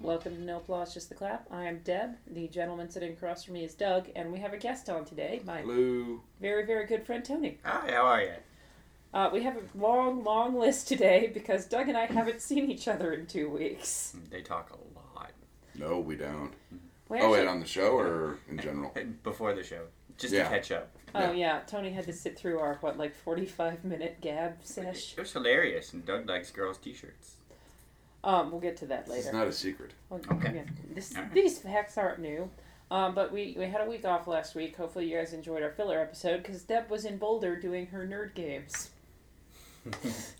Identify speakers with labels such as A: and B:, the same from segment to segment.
A: Welcome to No Applause, Just the Clap. I am Deb. The gentleman sitting across from me is Doug, and we have a guest on today, my
B: Hello.
A: very, very good friend Tony.
C: Oh,
B: Hi, how are you?
A: Uh, we have a long, long list today because Doug and I haven't seen each other in two weeks.
C: They talk a lot
B: No, we don't.
A: We
B: Oh, wait,
A: actually-
B: on the show or in general?
C: before the show, just
B: Yeah.
C: to catch up.
A: oh, yeah. Tony had to sit through our, what, like 45 minute gab sesh?
C: It was hilarious, and Doug likes girls' t-shirts.
A: Um, we'll get to that
B: It's
A: later.
B: not a secret.
A: Well,
C: Okay.
A: yeah, This,
C: All right.
A: These facts aren't new. Um, but we, we had a week off last week. Hopefully, you guys enjoyed our filler episode because Deb was in Boulder doing her nerd games.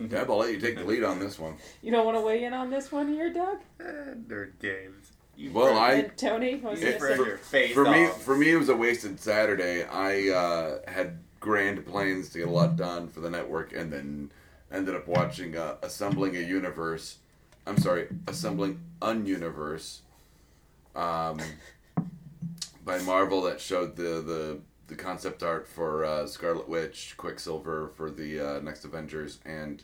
B: Deb, I'll let you take the lead on this one.
A: You don't want to weigh in on this one here, Doug?
C: Nerd games. You
B: Well, I-
A: and Tony? What was
C: you
A: I
B: it-
A: gonna
C: burned
A: say?
C: your face
B: For me,
C: off.
B: for me, it was a wasted Saturday. I uh, had grand plans to get a lot done for the network, and then ended up watching uh, Assembling a Universe. I'm sorry, Assembling Ununiverse. Um, by Marvel that showed the the, the concept art for uh, Scarlet Witch, Quicksilver for the uh, next Avengers, and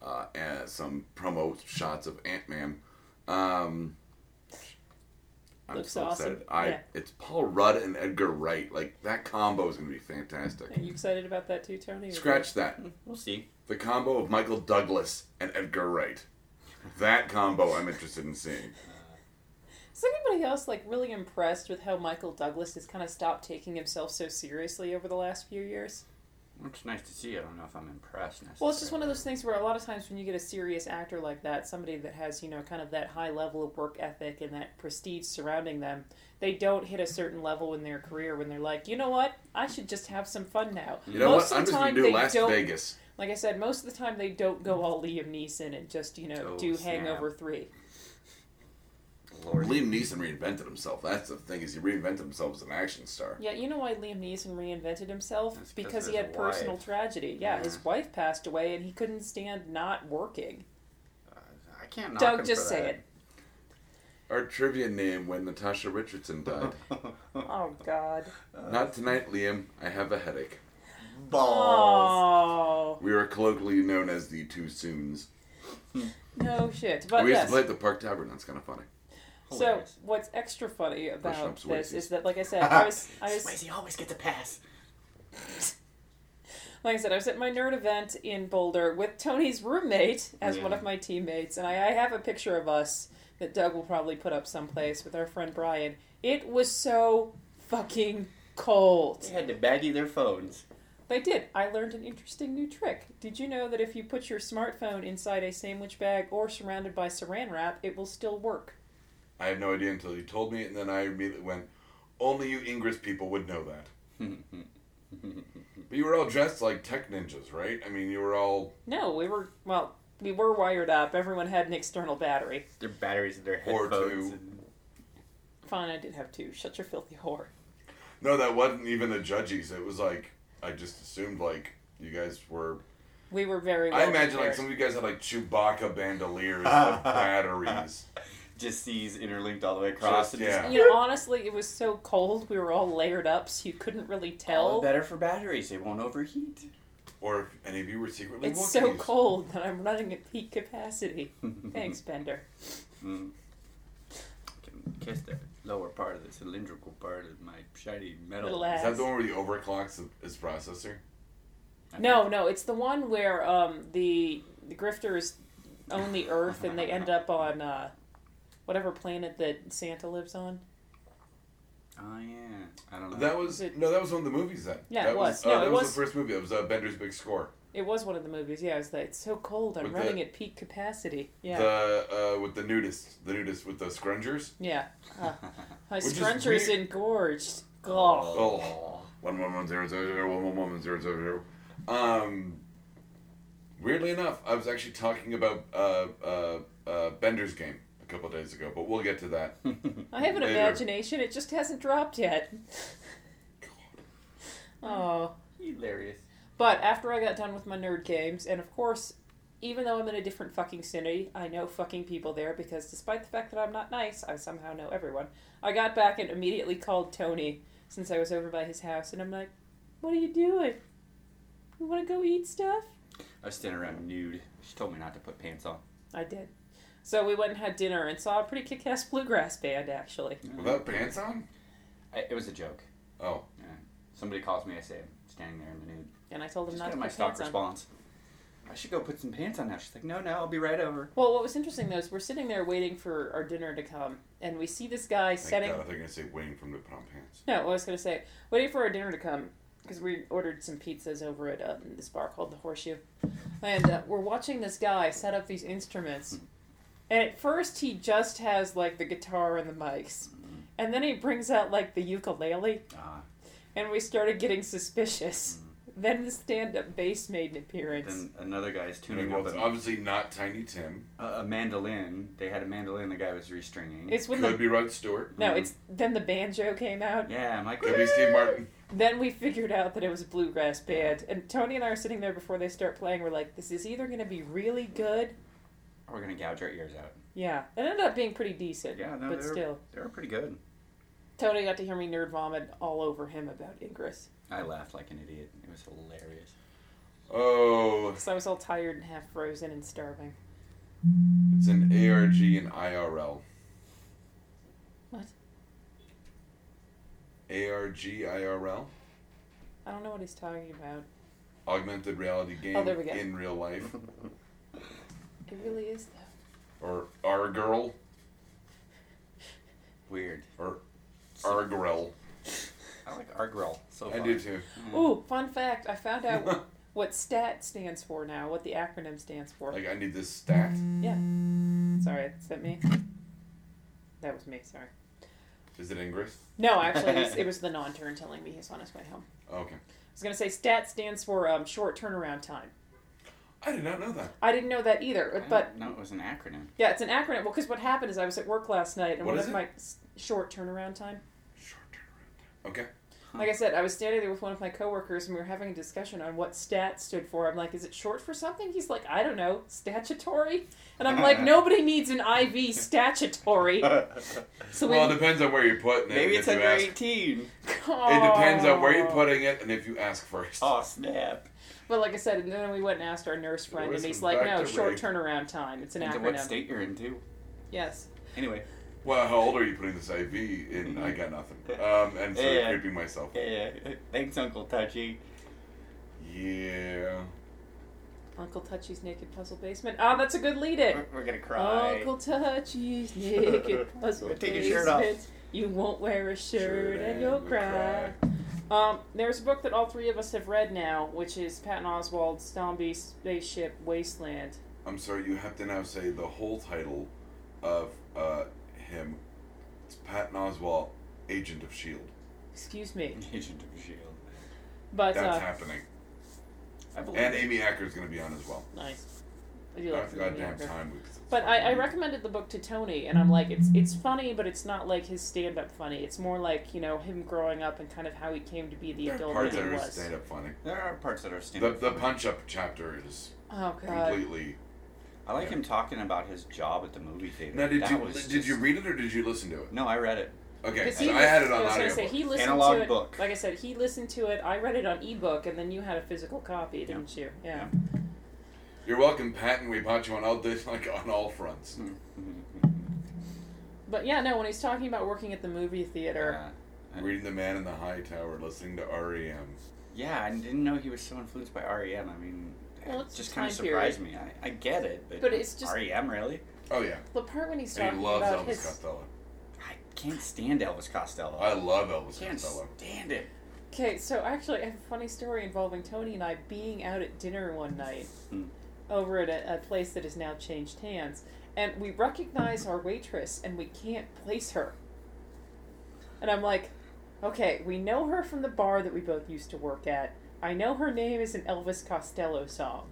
B: uh, and some promo shots of Ant Man. Um, I'm
A: Looks
B: so
A: awesome.
B: excited. I
A: Yeah.
B: it's Paul Rudd and Edgar Wright. Like that combo is gonna be fantastic.
A: Are you excited about that too, Tony?
B: Scratch that.
C: We'll see.
B: The combo of Michael Douglas and Edgar Wright. That combo I'm interested in seeing.
A: Is anybody else like really impressed with how Michael Douglas has kind of stopped taking himself so seriously over the last few years?
C: It's nice to see. I don't know if I'm impressed. Necessarily.
A: Well, it's just one of those things where a lot of times when you get a serious actor like that, somebody that has, you know, kind of that high level of work ethic and that prestige surrounding them, they don't hit a certain level in their career when they're like, you know what, I should just have some fun now.
B: You know
A: Most
B: what?
A: of
B: I'm
A: the
B: just gonna
A: time
B: do
A: they
B: Las
A: don't-
B: Vegas.
A: Like I said, most of the time they don't go all Liam Neeson and just, you know,
C: Oh,
A: do
C: snap.
A: Hangover 3.
C: Lord.
B: Liam Neeson reinvented himself. That's the thing is he reinvented himself as an action star.
A: Yeah, you know why Liam Neeson reinvented himself?
C: That's 'cause of
A: because he
C: his
A: had personal
C: wife.
A: tragedy. Yeah,
C: Yeah.
A: his wife passed away and he couldn't stand not working.
C: I can't. Knock
A: Doug,
C: him
A: just
C: for
A: say
C: that.
A: it.
B: Our trivia name when Natasha Richardson died.
A: Oh, God.
B: Not tonight, Liam. I have a headache.
C: Balls.
A: Oh,
B: We are colloquially known as the Two Soons.
A: no shit. But
B: we used
A: yes.
B: to play at the Park Tavern. That's kind of funny.
A: So
C: Hilarious.
A: what's extra funny about
B: Push-ups,
A: this
B: Wheaties.
A: is that, like I said, I was, I was,
C: Swayze always gets a pass.
A: like I said, I was at my nerd event in Boulder with Tony's roommate as one
C: Yeah.
A: of my teammates, and I, I have a picture of us that Doug will probably put up someplace with our friend Brian. It was so fucking cold.
C: They had to baggy their phones.
A: They did. I learned an interesting new trick. Did you know that if you put your smartphone inside a sandwich bag or surrounded by saran wrap, it will still work?
B: I had no idea until you told me, and then I immediately went, only you Ingress people would know that. But you were all dressed like tech ninjas, right? I mean, you were all,
A: No, we were well, we were wired up. Everyone had an external battery.
C: their batteries in their
B: Or
C: headphones.
B: two.
C: and-
A: Fine, I did have two. Shut your filthy whore.
B: no, that wasn't even the judges. It was like, I just assumed, like, you guys were.
A: We were very. Well
B: I imagine, like,
A: prepared.
B: some of you guys had, like, Chewbacca bandoliers of batteries.
C: Just sees interlinked all the way across.
B: Just-
C: and just-
B: yeah.
A: You know, honestly, it was so cold. We were all layered up, so you couldn't really
B: Oh,
C: All
A: tell.
C: the better for batteries. They won't overheat.
B: Or if any of you were secretly
A: It's so
B: Wookiees.
A: cold that I'm running at peak capacity. Thanks, Bender.
D: Mm-hmm.
C: Mm. Can kiss the lower part of the cylindrical part of my shiny metal.
A: Little ass.
B: Is that the one where he overclocks his processor?
C: I
A: No, no, it's the one where um, the the grifters own the Earth and they end up on uh, whatever planet that Santa lives on.
C: think- Oh yeah. I don't know.
B: That was
A: Uh, It-
B: no, that was one of the movies then.
A: Yeah,
B: that
A: it was.
B: uh,
A: No,
B: that
A: it
B: was,
A: was-
B: the first movie. That was uh, Bender's Big Score.
A: It was one of the movies. Yeah, it was like it's so cold. I'm
B: With
A: running
B: the-
A: at peak capacity. Yeah,
B: The uh, with the nudist, the nudist with the scrungers.
A: yeah. Uh, my
B: Which is
A: scruncher is
B: weird.
A: engorged. Gah.
B: Oh. One one one zero zero zero one one one one zero zero zero. Um, weirdly enough, I was actually talking about uh, uh, uh, Bender's game a couple days ago, but we'll get to that.
D: Oh.
A: I have an
B: Later.
A: imagination. It just hasn't dropped yet. oh.
C: Hilarious.
A: But after I got done with my nerd games, and of course, even though I'm in a different fucking city, I know fucking people there because despite the fact that I'm not nice, I somehow know everyone. I got back and immediately called Tony since I was over by his house, and I'm like, what are you doing? You want to go eat stuff?
C: Oh. I was standing around nude. She told me not to put pants on.
A: I did. So we went and had dinner and saw a pretty kick-ass bluegrass band, actually.
B: Without
A: Mm-hmm.
B: pants on?
D: I, it was a joke.
B: Oh.
D: Somebody calls me. I say I'm standing there in the nude.
A: And I told them
D: Just
A: not
D: got
A: to
D: my
A: put
D: stock
A: pants on.
D: response. I should go put some pants on now. She's like, no, no, I'll be right over.
A: Well, what was interesting though is we're sitting there waiting for our dinner to come, and we see this guy
B: Thank
A: setting.
B: God, they're going to say waiting for him to put on pants.
A: No, I was gonna say waiting for our dinner to come because we ordered some pizzas over at uh, this bar called the Horseshoe, and uh, we're watching this guy set up these instruments. And at first, he just has like the guitar and the mics, and then he brings out like the ukulele,
D: Ah,
A: and we started getting suspicious. Then the stand-up bass made an appearance.
D: then another guy's tuning
B: well,
D: up
B: it's
D: a,
B: obviously not Tiny Tim.
D: a- a mandolin. They had a mandolin. The guy was restringing.
A: it's when
B: Could
A: the
B: be Rod Stewart.
A: no, it's then the banjo came out.
D: yeah, I'm like,
B: Could be Steve Martin.
A: Then we figured out that it was a bluegrass band, and Tony and I are sitting there before they start playing. We're like, "This is either going to be really good,
D: we're gonna gouge our ears out.
A: yeah." It ended up being pretty decent,
D: Yeah, no,
A: but
D: they're-
A: still,
D: They were pretty good.
A: Tony got to hear me nerd vomit all over him about Ingress
D: I laughed like an idiot. It was hilarious.
B: Oh,
A: because I was all tired and half frozen and starving.
B: it's an ARG and IRL.
A: What?
B: ARG, IRL?
A: I don't know what he's talking about.
B: Augmented reality game
A: Oh, there we go.
B: in real life.
A: It really is though.
B: Or our girl.
D: Weird.
B: Or our girl.
D: I like our girl so
B: I
D: far. Mm.
B: do too.
A: Ooh, fun fact! I found out what STAT stands for now. What the acronym stands for.
B: Like, I need this stat.
A: Sorry, is that me? That was me. Sorry.
B: Is it Ingress?
A: No, actually, it was, it was the non-turn telling me he's on his way home.
B: Oh, Okay.
A: I was going to say STAT stands for um, short turnaround time.
B: I did not know that.
A: I didn't know that
D: I
A: either,
D: don't
A: but
D: know it was an acronym.
A: yeah, it's an acronym. Well, because what happened is I was at work last night, and
B: What
A: one
B: is
A: of
B: it?
A: my s- short turnaround time.
B: Short turnaround time. Okay.
A: Like I said, I was standing there with one of my coworkers, and we were having a discussion on what STAT stood for. I'm like, "Is it short for something?" He's like, "I don't know, statutory." And I'm like, "Nobody needs an IV statutory." So we,
B: Well, it depends on where you're putting it. and
D: Maybe
B: if
D: it's
B: you
D: under
B: ask-
D: 18.
B: It depends on where you're putting it and if you ask first.
D: Oh snap!
A: But like I said, and then we went and asked our nurse friend, and
B: Listen,
A: he's like,
B: back
A: "No,
B: to
A: short
B: rape.
A: turnaround time. It's an
D: Depends on
A: acronym."
D: what state you're in too.
A: Yes.
D: Anyway,
B: Well, how old are you putting this IV in? I got nothing. Um, and so
D: Yeah.
B: creeping myself.
D: yeah. Thanks, Uncle Touchy.
B: Yeah.
A: Uncle Touchy's Naked Puzzle Basement. Ah, that's a good lead in.
D: We're, we're gonna cry.
A: Uncle Touchy's naked puzzle
D: Take your shirt off.
A: basement. You won't wear a shirt and you'll
B: we'll
A: cry. Um, there's a book that all three of us have read now, which is Patton Oswald's Zombie Spaceship Wasteland.
B: I'm sorry, you have to now say the whole title of uh, him. It's Patton Oswalt, Agent of S.H.I.E.L.D.
A: Excuse me,
D: Agent of Shield.
A: but
B: That's
A: uh,
B: happening.
D: I believe.
B: And Amy Acker's going to be on as well.
A: nice. I do like
B: That's
A: the movie
B: goddamn
A: Younger.
B: time. because it's
A: But I, I
B: fucking-
A: recommended the book to Tony, and I'm like, it's it's funny, but it's not like his stand up funny. It's more like you know him growing up and kind of how he came to be the
B: There are
A: adult
B: parts
A: that
B: that
A: he
B: are
A: was.
B: stand up funny.
D: there are parts that are
B: The,
D: standard.
B: the punch up chapter is
A: Oh god,
B: completely.
D: I like
B: yeah.
D: him talking about his job at the movie theater.
B: Now, did
D: that
B: you
D: was
B: did
D: just-
B: you read it or did you listen to it?
D: No, I read it.
B: Okay,
A: Because
B: so
A: he
B: I had it
A: lis-
B: on
A: I was gonna
B: audio.
A: say he listened
D: Analog
A: to it.
D: book.
A: Like I said, he listened to it. I read it on ebook, and then you had a physical copy, didn't you? Yeah.
B: You're welcome, Patton. We bought you on all this, like on all fronts.
A: Mm-hmm. But yeah, no. When he's talking about working at the movie theater,
D: Uh,
B: Reading The Man in the High Tower, listening to E REM.
D: yeah, I didn't know he was so influenced by REM. I mean,
A: Well,
D: it
A: it's
D: just
A: the
D: kind of
A: time
D: surprised me. I, I get it, but,
A: But it's just-
D: REM really.
B: Oh yeah,
A: the part when he's
B: and
A: talking
B: he loves
A: about
B: Elvis
A: his
B: Costello.
D: I can't stand Elvis Costello.
B: I love Elvis
D: can't
B: Costello.
D: stand it.
A: Okay, so actually, I have a funny story involving Tony and I being out at dinner one night
D: Hmm.
A: over at a, a place that has now changed hands, and we recognize our waitress and we can't place her. And I'm like, okay, we know her from the bar that we both used to work at. I know her name is an Elvis Costello song.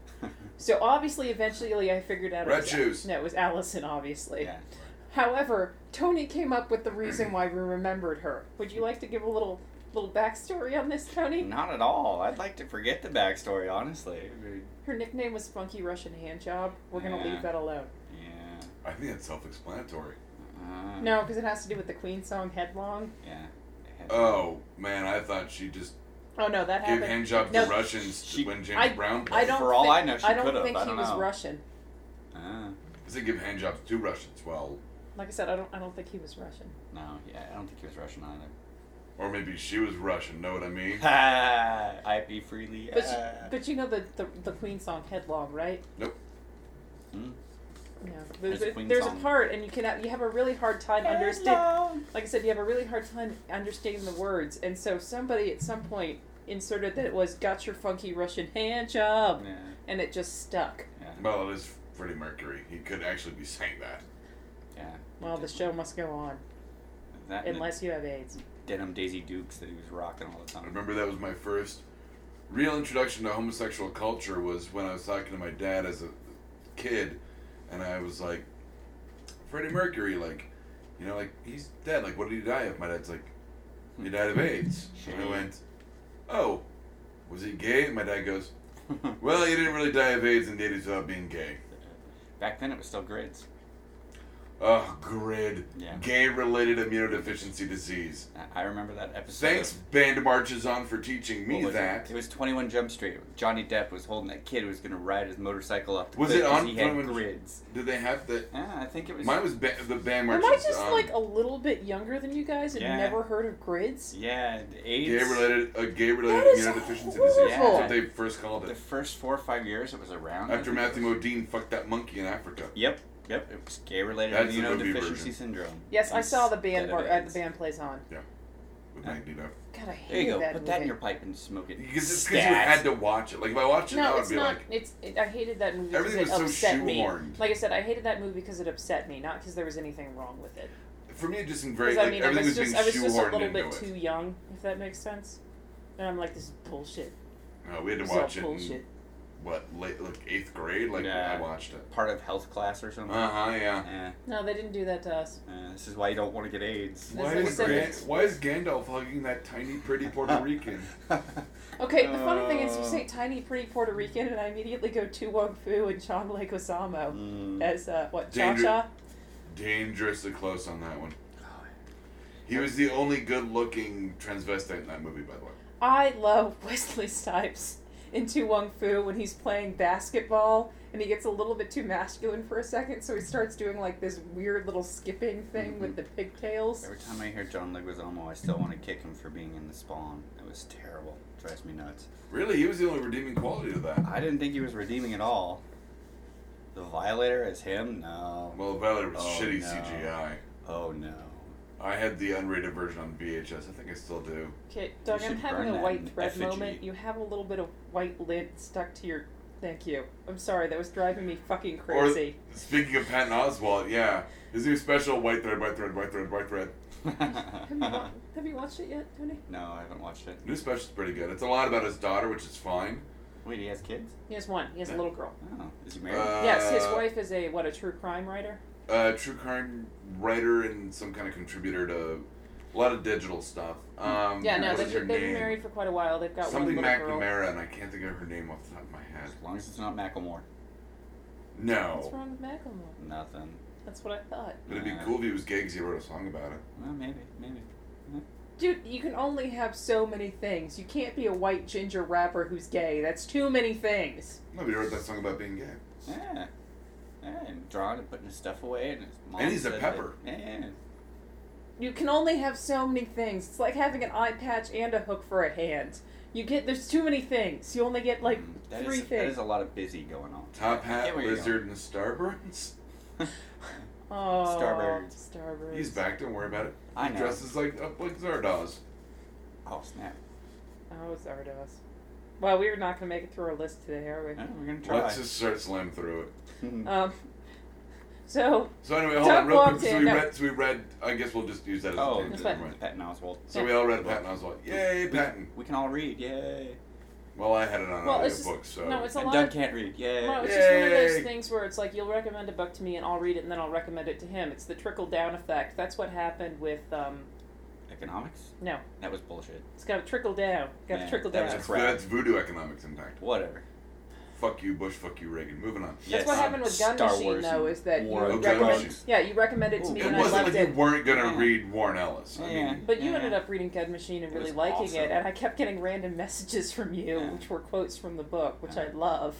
A: so obviously, eventually, I figured out.
B: Red
A: it was,
B: Shoes.
A: No, it was Allison, obviously.
D: Yeah.
A: However, Tony came up with the reason why we remembered her. Would you like to give a little little backstory on this, Tony?
D: Not at all. I'd like to forget the backstory, honestly.
A: Her nickname was Funky Russian Handjob. We're gonna
D: Yeah.
A: leave that alone.
D: Yeah.
B: I think that's self-explanatory.
D: Uh,
A: No, because it has to do with the Queen song Headlong.
D: Yeah.
B: Oh man, I thought she just
A: Oh no, that
B: gave
A: happened.
B: handjobs
A: No,
B: to Russians
D: she-
B: when James
A: I-
B: Brown.
A: I don't.
D: For all
A: think,
D: I know, she
A: don't
D: could've.
A: think
D: I
A: he
D: don't
A: was
D: know.
A: Russian.
D: Ah.
B: Because they give hand jobs to Russians, well,
A: Like I said, I don't I don't think he was Russian.
D: No, yeah, I don't think he was Russian either.
B: or maybe she was Russian. Know what I mean?
D: Ah, I be freely.
A: But
D: ah.
A: you, but you know the, the the Queen song Headlong, right?
B: Nope.
D: Hmm?
A: Yeah. There's,
D: There's a
A: a,
D: Queen
A: there's a
D: song.
A: part and you cannot you have a really hard time understanding like I said, you have a really hard time understanding the words and so somebody at some point inserted that it was got your funky Russian hand job
D: Yeah,
A: and it just stuck.
D: yeah,
B: Well, it is Freddie Mercury. He could actually be saying that.
D: yeah.
A: Well the show must go on.
D: That and the
A: Unless you have AIDS.
D: denim Daisy Dukes that he was rocking all the
B: I
D: time.
B: remember that was my first real introduction to homosexual culture was when I was talking to my dad as a kid, and I was like, Freddie Mercury, like, you know, like he's dead. Like, what did he die of? My dad's like, he died of AIDS. And I went, oh, was he gay? My dad goes, well, he didn't really die of AIDS in the 80s without being gay.
D: Back then, it was still grades.
B: Ugh, grid.
D: Yeah.
B: Gay-related immunodeficiency disease.
D: I- I remember that episode.
B: Thanks,
D: of-
B: band marches on for teaching
D: what
B: me
D: was it?
B: that.
D: It was 21 Jump Street. Johnny Depp was holding that kid who was going to ride his motorcycle up the
B: Was
D: cliff
B: it
D: 'cause
B: on
D: he had
B: 21
D: grids.
B: Did they have the?
D: Yeah, I think it was.
B: Mine was ba- the band march.
A: Am I just
B: um,
A: like a little bit younger than you guys and
D: Yeah.
A: never heard of grids?
D: yeah, the AIDS.
B: gay related? A gay
A: That
B: related
A: is
B: immunodeficiency disease.
A: horrible.
B: That's what they first called
D: The
B: it.
D: first four or five years it was around. I
B: After
D: think it
B: Matthew
D: was-
B: Modine fucked that monkey in Africa.
D: Yep, yep. It was gay related
B: That's the movie
D: immunodeficiency
B: version.
D: syndrome.
A: Yes, I saw the
D: Instead
A: band
D: of
A: bar, uh, the
D: AIDS.
A: band plays on.
B: With Magneto.
A: God, I
D: There you
A: hate
D: go.
A: that
D: Put
A: movie.
D: that in your pipe and smoke it.
B: Because Uh, it's because you had to watch it. Like if I watched it, now,
A: no,
B: I would
A: it's
B: be
A: not.
B: like,
A: It's it, I hated that movie.
B: Everything
A: because it
B: was so
A: upset me.
B: shoehorned.
A: Like I said, I hated that movie because it upset me, not because there was anything wrong with it.
B: for me, it just seemed very
A: 'Cause,
B: like
A: I mean, I
B: everything
A: was
B: was,
A: just I was
B: being
A: just a
B: shoehorned
A: little
B: into
A: bit
B: it.
A: too young, if that makes sense. And I'm like, this is bullshit.
B: No, Uh, we had to
A: This is all
B: watch it. In,
A: bullshit.
B: what late like eighth grade? Like
D: Yeah.
B: I watched it.
D: Part of health class or something.
B: Uh huh. Yeah.
D: Eh,
A: No, they didn't do that to us.
D: eh, this is why you don't want to get AIDS.
B: Why
A: like I
B: is,
A: said,
B: Gan-
A: it's-
B: why is Gandalf hugging that tiny, pretty Puerto Rican?
A: Okay, the funny thing is, you
D: Uh.
A: say tiny, pretty Puerto Rican, and I immediately go to Wong Fu and John Leguizamo
D: Mm.
A: as uh, what Cha
B: Danger-
A: Cha.
B: Dangerously close on that one. He was the only good-looking transvestite in that movie, by the way.
A: I love Wesley Snipes in Tu Wong Fu when he's playing basketball and he gets a little bit too masculine for a second, so he starts doing like this weird little skipping thing
B: Mm-hmm.
A: with the pigtails.
D: Every time I hear John Leguizamo, I still want to kick him for being in the spawn. It was terrible. Drives me nuts.
B: Really, he was the only redeeming quality to that.
D: I didn't think he was redeeming at all. The Violator as him? No.
B: Well, Valerie was
D: Oh,
B: shitty
D: no.
B: CGI.
D: Oh no.
B: I had the unrated version on VHS. I think I still do.
A: Okay, Doug,
D: You
A: I'm
D: should
A: having
D: burn
A: a
D: that
A: white
D: in
A: thread
D: effigy.
A: moment. You have a little bit of white lint stuck to your. Thank you. I'm sorry, that was driving me fucking crazy.
B: Speaking of Patton Oswalt, yeah, his new special, White Thread, White Thread, White Thread, White Thread.
A: have, you wa- have you watched it yet, Tony?
D: no, I haven't watched it.
B: New special's pretty good. It's a lot about his daughter, which is fine.
D: Wait, he has kids?
A: He has one. He has a
B: No.
A: little girl.
D: Oh, is he married?
B: Uh,
A: yes, his wife is a what a true crime writer.
B: A true crime writer and some kind of contributor to a lot of digital stuff. Um,
A: Hmm. Yeah, no,
B: what
A: they've,
B: is her
A: they've been
B: name?
A: married for quite a while. They've got
B: Something
A: one little girl.
B: McNamara, and I can't think of her name off the top of my head.
D: as long as it's not Macklemore.
A: What's
B: No.
A: wrong with Macklemore?
D: Nothing.
A: That's what I thought.
B: But it'd be cool if he was gay because he wrote a song about it.
D: Well, maybe, maybe.
A: Dude, you can only have so many things. You can't be a white ginger rapper who's gay. That's too many things.
B: No, but he wrote that song about being gay.
D: Yeah. Yeah, and drawing and putting his stuff away, and his mom
B: And he's a
D: said
B: pepper.
D: That, yeah.
A: You can only have so many things. It's like having an eye patch and a hook for a hand. You get there's too many things. You only get like
D: Mm, that
A: three
D: is- That
A: things.
D: is a lot of busy going on.
B: Top
D: Yeah,
B: Hat,
D: where you
B: Lizard, and the Starburns.
A: oh,
D: Starburns.
A: Starburns.
B: He's back. Don't worry about it.
D: I
B: He
D: know.
B: dresses like up like Zardoz.
D: Oh snap!
A: Oh, Zardos. Well, we're not gonna make it through our list today, are
D: Yeah, we're gonna try.
B: Let's just start slam through it.
A: we? Um. So
B: So anyway, hold
A: Doug
B: on real quick.
A: walked
B: So
A: in,
B: we
A: no.
B: read. So we read. I guess we'll just use that as
D: oh,
B: a
A: That's
B: tangent.
A: fine.
B: never mind.
D: Patton Oswalt.
B: So we all read Patton Oswalt. Yay, Patton.
D: We can all read. Yay!
B: Well, I had it on
A: Well, it's just-
B: audiobook, so
A: no, it's a
D: and
A: lot.
D: Doug
A: of,
D: can't read. Yay!
A: No, it's just one of
B: Yay.
A: those things where it's like you'll recommend a book to me and I'll read it and then I'll recommend it to him. It's the trickle down effect. That's what happened with um
D: Economics?
A: no,
D: That was bullshit.
A: it's got to trickle down. Got
D: Yeah,
A: to trickle
D: that
A: down.
D: was
B: that's,
A: That's,
D: crap.
B: that's voodoo economics impact.
D: Whatever.
B: Fuck you, Bush. Fuck you, Reagan. Moving on. Um,
D: Yes. uh,
A: what happened with Gun
D: Star
A: Machine
D: Wars
A: though,
D: and
A: is that you
D: War
B: of
A: recommend,
B: Drugs.
A: yeah, you recommended it to
D: Ooh,
A: me
B: It
A: and I
B: wasn't
A: loved
B: like
A: it.
B: you weren't gonna
D: Yeah.
B: read Warren Ellis. I
D: Yeah.
B: mean,
A: But you
D: Yeah.
A: ended up reading Gun Machine and
D: It
A: really
D: was
A: liking
D: awesome.
A: it, and I kept getting random messages from you,
D: Yeah.
A: which were quotes from the book, which
D: Yeah.
A: I love.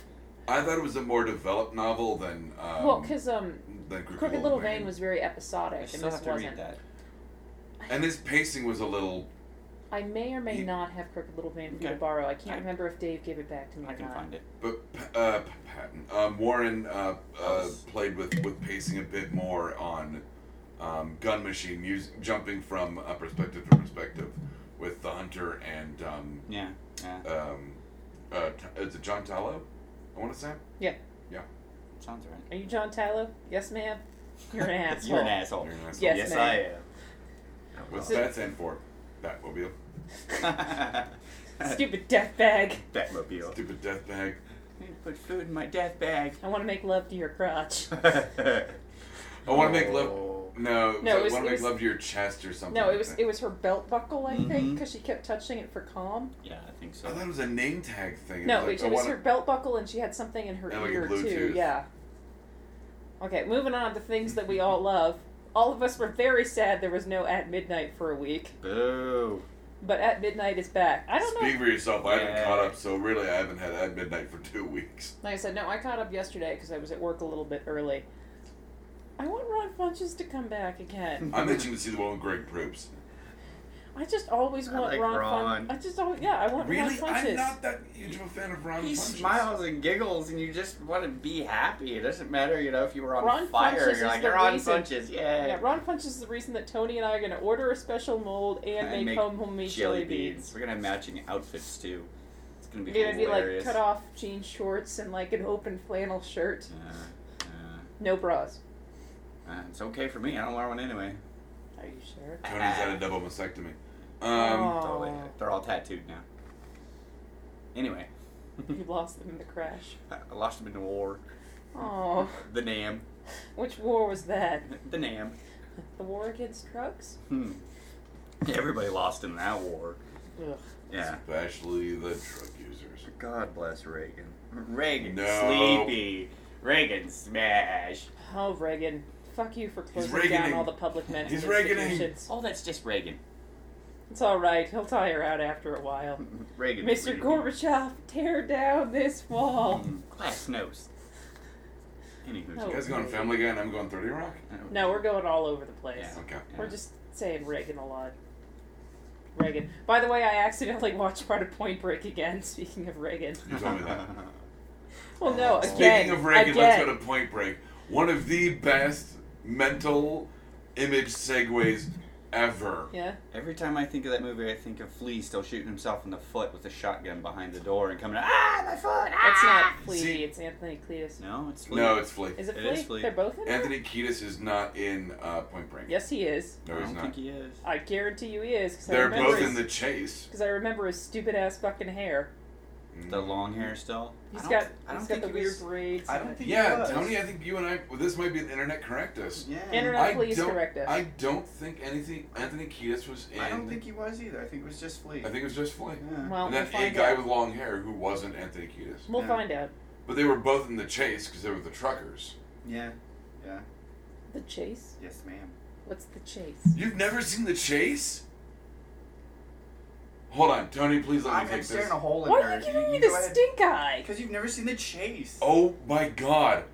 B: I thought it was a more developed novel than um,
A: well, because um,
B: than Crooked,
A: Crooked Little Vein was very episodic,
D: I
A: and
D: still
A: this
D: have to read
A: wasn't.
D: that.
B: and his pacing was a little.
A: I may or may
B: You-
A: not have Crooked Little Vein for you to
D: Okay.
A: borrow. I can't
D: I-
A: remember if Dave gave it back to me
D: I
A: or
D: can
A: not.
D: find it.
B: But uh, P- Patton um, Warren uh, uh,
D: Yes.
B: played with with pacing a bit more on um, Gun Machine, use, jumping from uh, perspective to perspective with the Hunter and um,
D: Yeah, yeah.
B: um, uh, T- is it John Tallow? I want to say.
D: Sounds right.
A: Are you John Tallow? Yes, ma'am. You're an asshole.
D: You're an asshole.
B: You're an asshole.
A: Yes,
D: Yes,
A: ma'am.
D: I am.
B: What's
A: So-
B: that stand for? Batmobile.
A: Stupid death bag.
D: Batmobile.
B: Stupid death bag.
D: Put food in my death bag.
A: I want to make love to your crotch.
D: I
B: I want to make love.
D: Oh.
B: No,
A: No, it
B: I
A: was-
B: want
A: it
B: to make
A: was-
B: love to your chest or something.
A: No,
B: like
A: it was
B: that.
A: it was her belt buckle, I think,
D: Mhm.
A: because she kept touching it for calm.
D: Yeah, I think so.
B: I thought it was a name tag thing.
A: No,
B: like,
A: it,
B: I
A: it was
B: wanna-
A: her belt buckle, and she had something in her
B: And, like, a
A: ear too.
B: Bluetooth.
A: Yeah. Okay, moving on to things that we all love. All of us were very sad there was no At Midnight for a week,
D: Boo.
A: but At Midnight is back. I don't know.
B: Speak for yourself. I haven't
D: Yeah.
B: caught up, so really, I haven't had at midnight for two weeks.
A: Like I said, no, I caught up yesterday because I was at work a little bit early. I want Ron Funches to come back again.
B: I'm itching to see the one with Greg Proops.
A: I just always
D: I
A: want
D: like
A: Ron,
D: Ron.
A: Fun. I just always yeah, I want
B: Really,
A: Ron Funches.
B: I'm not that huge of a fan of Ron.
D: He
B: Funches.
D: smiles and giggles, and you just want to be happy. It doesn't matter, you know, if you were on
A: Ron Funches
D: fire.
A: is
D: You're like,
A: the
D: you're on
A: reason-
D: punches, yay.
A: Yeah, Ron Punch is the reason that Tony and I are going to order a special mold and make,
D: And make
A: homemade jelly beans.
D: We're gonna have matching outfits too. It's gonna be
A: We're going to be like
D: hilarious.
A: cut off jean shorts and like an open flannel shirt.
D: Uh, uh,
A: No bras.
D: uh, it's okay for me. I don't wear one anyway.
A: Are you sure?
B: Tony's had a double mastectomy. Um,
A: Aw.
D: Totally. They're all tattooed now. Anyway,
A: You lost them in the crash.
D: I I lost them in the war.
A: Oh,
D: The Nam.
A: which war was that?
D: The Nam.
A: The war against drugs?
D: Hmm. Everybody lost in that war.
A: Ugh.
D: Yeah.
B: especially the drug users.
D: God bless Reagan. Reagan
B: No.
D: sleepy. Reagan smash.
A: Oh, Reagan. Fuck you for closing down
B: Reaganing.
A: all the public mental
B: He's Reaganing.
A: institutions.
D: Oh, that's just Reagan.
A: It's all right. He'll tire out after a while.
D: Reagan.
A: Mr. Gorbachev, tear down this wall.
D: Glass nose. Anywho.
A: No.
B: You guys going Family Guy and I'm going Thirty Rock.
A: No, we're going all over the place.
D: Yeah.
B: Okay.
A: We're just saying Reagan a lot. Reagan. By the way, I accidentally watched part of Point Break again. Speaking of Reagan,
B: You told me that.
A: well, no, again,
D: Speaking
B: Speaking of Reagan,
A: again.
B: let's go to Point Break. One of the best mental image segues ever.
A: yeah,
D: Every time I think of that movie, I think of Flea still shooting himself in the foot with a shotgun behind the door and coming, ah, my foot!
A: that's not
D: Ah!
A: Flea.
B: See-
A: it's Anthony Cletus.
D: No, it's Flea.
B: No, it's Flea.
A: Is it,
D: It
A: Flea?
D: is Flea.
A: They're both in
B: Anthony Kiedis is not in uh, Point Break.
A: it. Yes, he is.
D: I
B: No, he's
D: don't
B: not.
D: think he is.
A: I guarantee you, he is. Cause I
B: They're
A: remember
B: both
A: his,
B: in the chase.
A: Because I remember his stupid ass fucking hair.
D: The long hair still.
A: He's
D: I don't-
A: got.
D: I don't
A: he's got
D: think
A: the
D: he
A: weird
D: was-
A: braids.
D: I
A: and
D: don't
A: it.
D: think-
B: Yeah,
D: Yes.
B: Tony. I think you and I. Well, this might be an internet correct us.
D: Yeah.
A: Internet-
B: I
A: please
B: don't,
A: correct us.
B: I don't think anything. Anthony Kiedis was in.
D: I don't think he was either. I think it was just Flea.
B: I think it was just Flea.
D: Yeah.
A: Well,
B: and
A: we'll
B: then a
A: find
B: guy
A: out.
B: with long hair who wasn't Anthony Kiedis.
A: We'll
D: Yeah.
A: find out.
B: But they were both in the chase because they were the truckers.
D: yeah. Yeah.
A: The chase.
D: Yes, ma'am.
A: What's the chase?
B: You've never seen the chase? Hold on, Tony. Please let
D: I'm
B: me take
D: staring
B: this.
D: a hole in
A: Why
D: her.
A: are you giving me the stink eye?
D: Because you've never seen the chase.
B: Oh my God,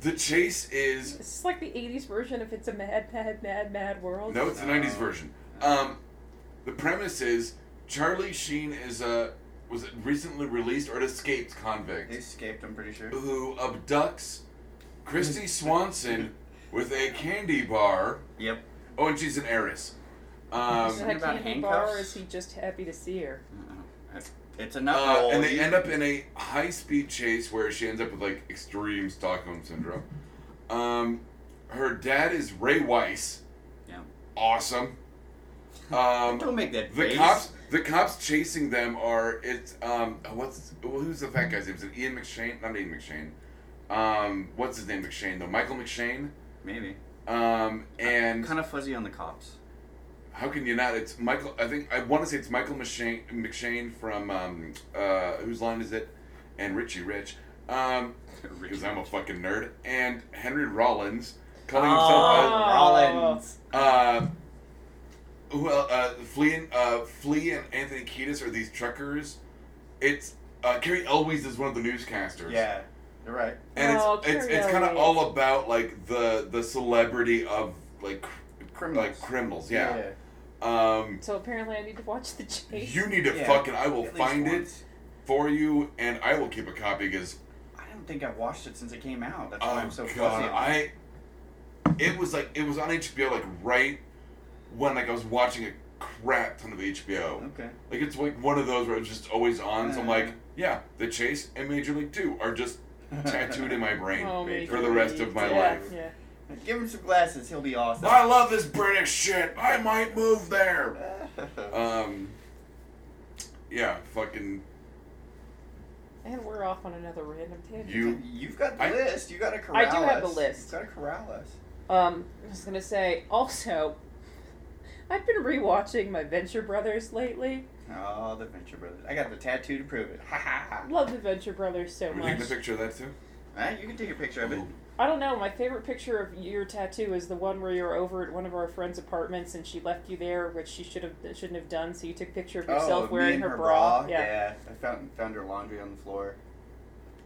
B: the chase is
A: This is like the 80s version of It's a Mad, Mad, Mad, Mad World.
B: No, it's the
D: No.
B: '90s version. Um, the premise is Charlie Sheen is a was it recently released or an escaped
D: They
B: convict
D: escaped, I'm pretty sure.
B: who abducts Christy Swanson with a candy bar.
D: Yep.
B: Oh, and she's an heiress.
A: Is
B: Um,
A: that
D: about
A: Candy Bar, or
D: handcuffs?
A: is he just happy to see her?
D: It's enough.
B: uh,
D: hole.
B: and they end up in a high speed chase where she ends up with like extreme Stockholm syndrome. Um, her dad is Ray Weiss.
D: Yeah.
B: Awesome. Um,
D: Don't make that
B: The
D: face.
B: cops, the cops chasing them are it's um what's well, who's the fat guy's name? Is it Ian McShane? Not Ian McShane. Um, what's his name? McShane though. Michael McShane.
D: Maybe.
B: Um, and
D: kind of fuzzy on the cops.
B: how can you not? It's Michael. I think I want to say it's Michael McShane, McShane from um uh whose line is it? And Richie Rich. Um, because I'm a fucking nerd. And Henry Rollins calling himself.
A: Oh.
B: out.
D: Rollins.
B: Uh, well, uh, Flea and, uh, Flea and Anthony Kiedis are these truckers. It's uh, Carrie Elwes is one of the newscasters.
D: Yeah. You're right.
B: and
A: Oh,
B: it's it's, it's
A: Curio
B: kind of
A: is-
B: all about like the the celebrity of like cr-
D: Criminals.
B: like criminals. Yeah. Um,
A: So apparently, I need to watch the chase.
B: you need to
D: Yeah.
B: fucking. I will
D: At least
B: find it
D: once.
B: for you, and I will keep a copy because
D: I don't think I've watched it since it came out. That's
B: oh
D: why I'm so
B: god,
D: fuzzy. on it.
B: I. It was like it was on HBO like right when like I was watching a crap ton of HBO.
D: Okay.
B: Like it's like one of those where it's just always on. So I'm like,
D: Uh.
B: yeah, The Chase and Major League Two are just tattooed in my brain.
A: Oh,
D: for
A: maybe.
B: the rest of my
A: Yeah,
B: life.
A: Yeah.
D: Give him some glasses. He'll be awesome.
B: I love this British shit. I might move there. Um, yeah, fucking
A: And we're off on another random tangent.
B: you.
D: You've got the
B: I-
D: list. You got to corral
A: I do have the
D: us.
A: list.
D: You've got to corral us.
A: Um, I was gonna say also, I've been rewatching my Venture Brothers lately.
D: Oh, the Venture Brothers. I got the tattoo to prove it. Ha ha ha.
A: Love the Venture Brothers so
B: Can we take
A: much.
B: the picture of that too?
D: Alright, you can take a picture of it.
A: I don't know. My favorite picture of your tattoo is the one where you were over at one of our friends' apartments and she left you there, which she should have shouldn't have done. So you took a picture of yourself
D: Oh, me
A: wearing
D: and
A: her, bra.
D: Yeah. I found found her laundry on the floor.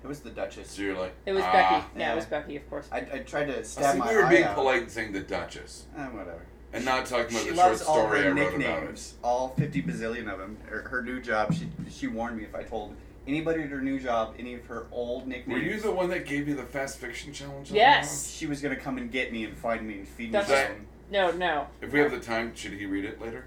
D: It was the Duchess.
B: So you're like,
A: It was
B: ah.
A: Becky. No,
D: Yeah.
A: it was Becky, of course.
D: I, I tried to
B: I
D: stab
B: think
D: my
B: we were
D: eye
B: being
D: out.
B: polite and saying the Duchess,
D: Eh, whatever.
B: and not talking about
D: She
B: the short
D: loves all
B: story
D: her
B: I wrote about it.
D: nicknames, all fifty bazillion of them. Her, her new job. She she warned me if I told anybody at her new job any of her old
B: Were
D: nicknames.
B: you the one that gave me the fast fiction challenge? on
A: Yes.
D: She was gonna come and get me and find me and feed me
A: That's-
D: something.
A: No, no.
B: that? If we have the time, should he read it later?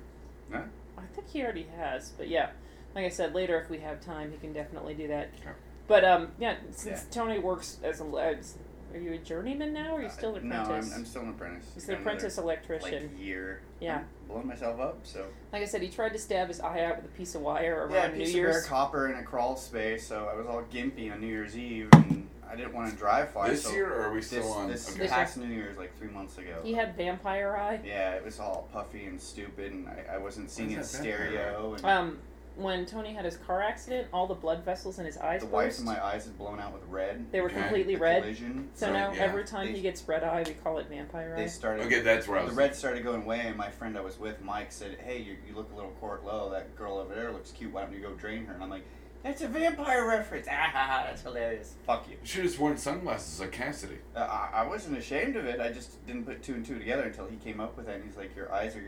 A: I think he already has, but yeah. Like I said, later if we have time, he can definitely do that.
B: Okay.
A: But um, yeah. Since Tony works as a, as, are you a journeyman now? Or are you still an
D: Uh, No,
A: apprentice?
D: I'm, I'm still an apprentice.
A: He's
D: Got
A: an
D: another,
A: apprentice
D: Like
A: electrician.
D: year.
A: Yeah.
D: I'm blowing myself up. So
A: Like I said, he tried to stab his eye out with a piece of wire around
D: yeah, a
A: New
D: piece of bare
A: Year's.
D: copper in a crawl space. So I was all gimpy on New Year's Eve, and I didn't want to drive far.
B: This
D: so
B: year, or are we still
D: this,
B: on?
D: this
B: okay.
D: past New Year's, like three months ago.
A: He had vampire eye.
D: Yeah, it was all puffy and stupid, and I, I wasn't seeing it
B: When's that been?
D: stereo. And
A: Um, when Tony had his car accident, all the blood vessels in his eyes
D: the whites
A: burst.
D: of my eyes had blown out with red.
A: They were
B: Okay.
A: completely
D: The
A: red.
D: Collision.
A: So
B: Right,
A: now
B: yeah.
A: every time
D: They-
A: he gets red eye, we call it vampire
D: They
A: eye.
D: started.
B: okay, that's where I
D: The
B: was.
D: red started going away, and my friend I was with, Mike, said, "Hey, you, you look a little court low. That girl over there looks cute. Why don't you go drain her?" And I'm like, "That's a vampire reference. Ah, ha, ha, that's hilarious. Fuck you."
B: You should have just worn sunglasses like Cassidy.
D: Uh, I, I wasn't ashamed of it. I just didn't put two and two together until he came up with it. And he's like, "Your eyes are.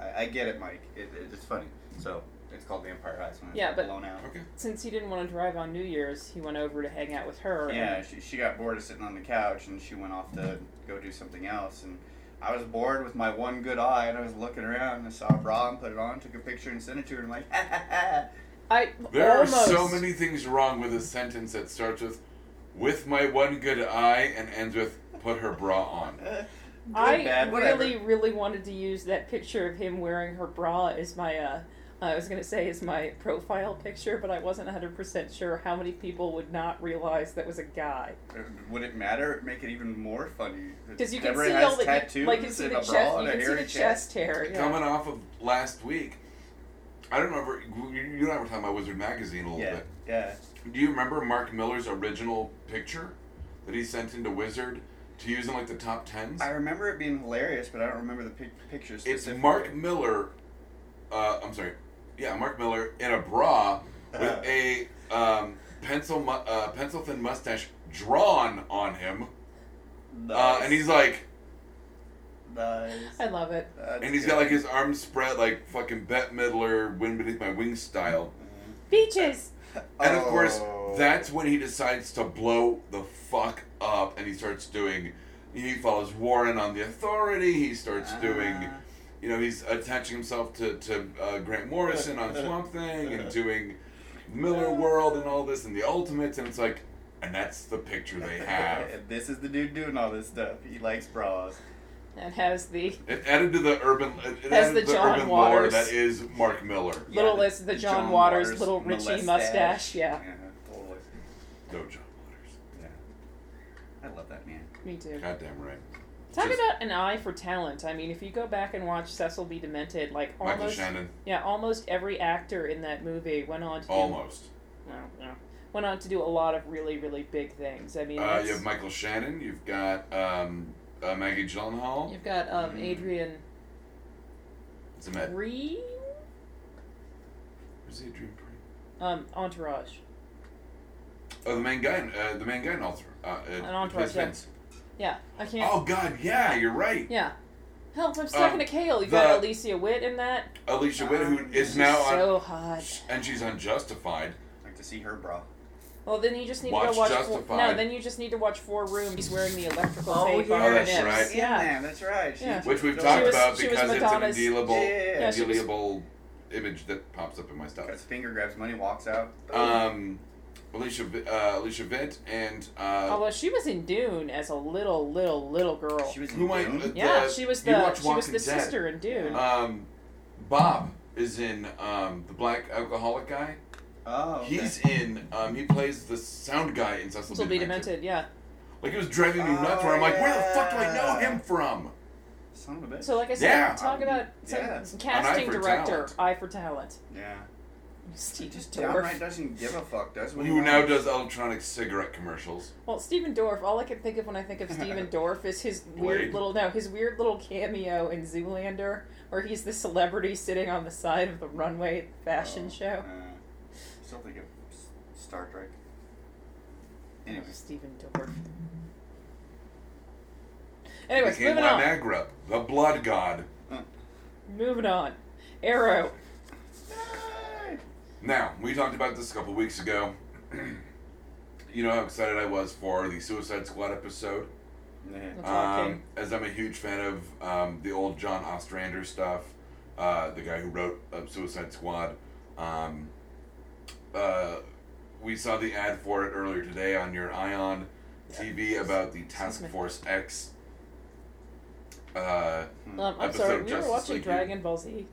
D: I, I get it, Mike. It, it, it's funny. So it's called vampire eyes when it's
A: Yeah, but-
D: blown out."
B: Okay.
A: Since he didn't want to drive on New Year's, he went over to hang out with her.
D: Yeah,
A: and-
D: she, she got bored of sitting on the couch and she went off to go do something else. And I was bored with my one good eye and I was looking around and I saw a bra and put it on, took a picture and sent it to her. And I'm like, ha ha ha.
A: I
B: There
A: almost,
B: are so many things wrong with a sentence that starts with "with my one good eye" and ends with "put her bra on."
D: Good,
A: I
D: bad, whatever.
A: really, really wanted to use that picture of him wearing her bra as my, uh, I was going to say as my profile picture, but I wasn't 100% sure how many people would not realize that was a guy.
D: Uh, Would it matter? It'd Make it even more funny.
A: Because you can
D: Deborah
A: see
D: has
A: all the
D: tattoos
A: like you can see
D: and
A: the
D: a
A: chest,
D: bra and
A: you
D: a
A: can see
D: hairy
A: the chest hair. Yeah.
B: Coming off of last week, I don't remember. You you and I were talking about Wizard magazine a little
D: Yeah, yeah.
B: bit. Do you remember Mark Miller's original picture that he sent into Wizard to use in like the top tens?
D: I remember it being hilarious, but I don't remember the pic- pictures.
B: It's Mark Miller. Uh, I'm sorry. Yeah, Mark Miller in a bra with a um, pencil mu- uh, pencil thin mustache drawn on him, uh, and he's like.
D: nice.
A: I love it.
B: And he's got like his arms spread, like fucking Bette Midler, "Wind Beneath My Wings" style.
A: Beaches.
B: And of course,
D: Oh.
B: that's when he decides to blow the fuck up, and he starts doing. He follows Warren on the Authority. He starts doing,
D: Ah.
B: you know, he's attaching himself to to uh, Grant Morrison on Swamp Thing, and doing Miller World and all this, and the Ultimates, and it's like, and that's the picture they have.
D: this is the dude doing all this stuff. He likes bras.
A: And has the
B: It added to the urban, it added
A: That's
B: to
A: the
B: the
A: John
B: urban lore
A: Waters.
B: that is Mark Miller.
D: Yeah,
A: little as the John Waters, little Richie
D: molestache.
A: mustache, yeah.
D: totally.
B: No John Waters.
D: Yeah. I love that man.
A: me too.
B: Goddamn right.
A: Talk
B: Just-
A: about an eye for talent. I mean, if you go back and watch Cecil B. Demented, like
B: Michael
A: almost
B: Shannon.
A: yeah, almost every actor in that movie went on to do,
B: Almost.
A: well, yeah, went on to do a lot of really really big things. I mean,
B: Uh,
A: it's-
B: you have Michael Shannon. You've got um, uh, Maggie Gyllenhaal.
A: you've got um,
B: Mm.
A: Adrian
B: It's a med.
A: Green,
B: Is he a dream tree?
A: um, Entourage.
B: Oh, the main guy. in- Uh, the main guy in all three. Uh, uh,
A: An entourage,
B: Fist
A: yeah.
B: Fence.
A: Yeah, I can't.
B: Oh God, yeah, you're right.
A: Yeah. Hell, if I'm stuck
B: Uh,
A: in a kale. You
B: the-
A: got Alicia Witt in that.
B: Alicia Witt, who
D: Um,
B: is
A: She's
B: now on,
A: so hot.
B: and she's on Justified.
D: like to see her bra.
A: Well, then you just need to
B: Watch
A: go watch. Four, no,
B: Justified.
A: then you just need to watch Four Rooms. He's wearing the electrical
D: Oh,
A: tape on
D: yeah,
A: her
B: that's
A: nips.
B: right.
A: Yeah.
D: Yeah, that's right. She-
A: Yeah.
B: Which we've
D: She
B: talked
A: was-
B: about
A: she was
B: because it's an
A: Madonna's-
B: indelible,
D: Yeah, yeah,
A: yeah, she was-
B: indelible image that pops up in my stuff.
D: Cuts finger, grabs money, walks out.
B: Um, Alicia, Vi- uh, Alicia Vitt, and uh,
A: Although she was in Dune as a little, little, little girl.
D: She was in
B: who might?
D: Dune?
A: yeah,
B: the-
A: she was
B: you
A: the
B: watch
A: she was
B: Walking
A: the
B: Dead.
A: sister in Dune.
B: Um, Bob is in um, the black alcoholic guy.
D: Oh, okay.
B: He's in. Um, he plays the sound guy in Cecil
A: This'll
B: B.
A: be demented. Yeah.
B: Like it was driving me nuts.
D: Oh,
B: Where I'm like, where the fuck do I
A: Ah.
B: know
D: yeah.
B: him from?
D: son of a bitch.
A: So, like I said,
B: Yeah. um,
A: talk about some
D: Yeah.
A: some casting
B: An eye for
A: director,
B: talent.
A: eye for talent.
D: yeah,
A: Stephen
D: just downright
A: Dorff.
D: doesn't give a fuck, does he?
B: Who now does electronic cigarette commercials?
A: Well, Stephen Dorff. All I can think of when I think of Stephen Dorff is his weird
B: Blade.
A: little no, his weird little cameo in Zoolander, where he's the celebrity sitting on the side of the runway at the fashion
D: Oh,
A: show.
D: uh, still think of S- Star Trek. Anyways,
A: Stephen Dorff. Anyways,
B: Became
A: moving on.
B: Winagra, the blood god.
A: Moving on. Arrow.
B: Now, we talked about this a couple weeks ago. you know how excited I was for the Suicide Squad episode.
D: Nah.
B: Um,
A: talking.
B: as I'm a huge fan of um, the old John Ostrander stuff, uh, the guy who wrote uh, Suicide Squad. Um, uh, we saw the ad for it earlier today on your Ion TV about the Task
A: me.
B: Force X. Uh,
A: Um, I'm
B: Episode
A: sorry, we were
B: Justice
A: watching
B: League.
A: Dragon Ball Z.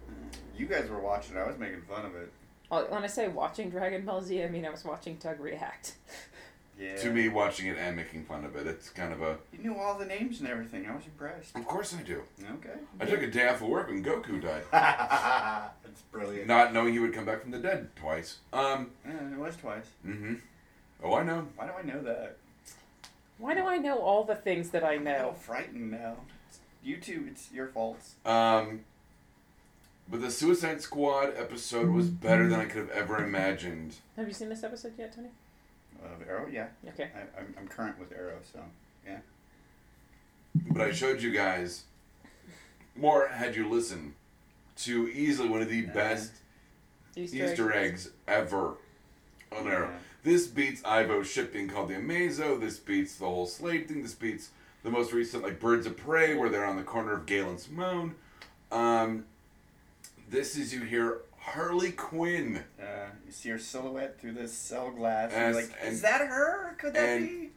D: you guys were watching. I was making fun of it.
A: Uh, When I say watching Dragon Ball Z, I mean I was watching Tug react.
D: Yeah.
B: To me, watching it and making fun of it, it's kind of a.
D: you knew all the names and everything. I was impressed.
B: Of course I do.
D: Okay.
B: I took a day off of work when Goku died,
D: That's brilliant.
B: not knowing he would come back from the dead twice. Um,
D: Yeah, it was twice.
B: mm-hmm. Oh, I know.
D: Why do I know that?
A: Why do I know all the things that I
D: I'm all
A: know?
D: frightened now. It's, you two, it's your fault.
B: Um, but the Suicide Squad episode was better than I could have ever imagined.
A: Have you seen this episode yet, Tony?
D: Of Arrow, yeah.
A: Okay.
D: I, I'm, I'm current with Arrow, so yeah.
B: But I showed you guys, or had you listened, to easily one of the best
A: Easter,
B: Easter eggs ever on Arrow.
D: Yeah.
B: This beats Ivo shipping called the Amazo. This beats the whole Slade thing. This beats the most recent like Birds of Prey where they're on the corner of Galen's Simone. Um, this is you hear Harley Quinn.
D: Uh, you see her silhouette through this cell glass. And
B: As-
D: you're like,
B: and-
D: is that her? Could that
B: and-
D: be?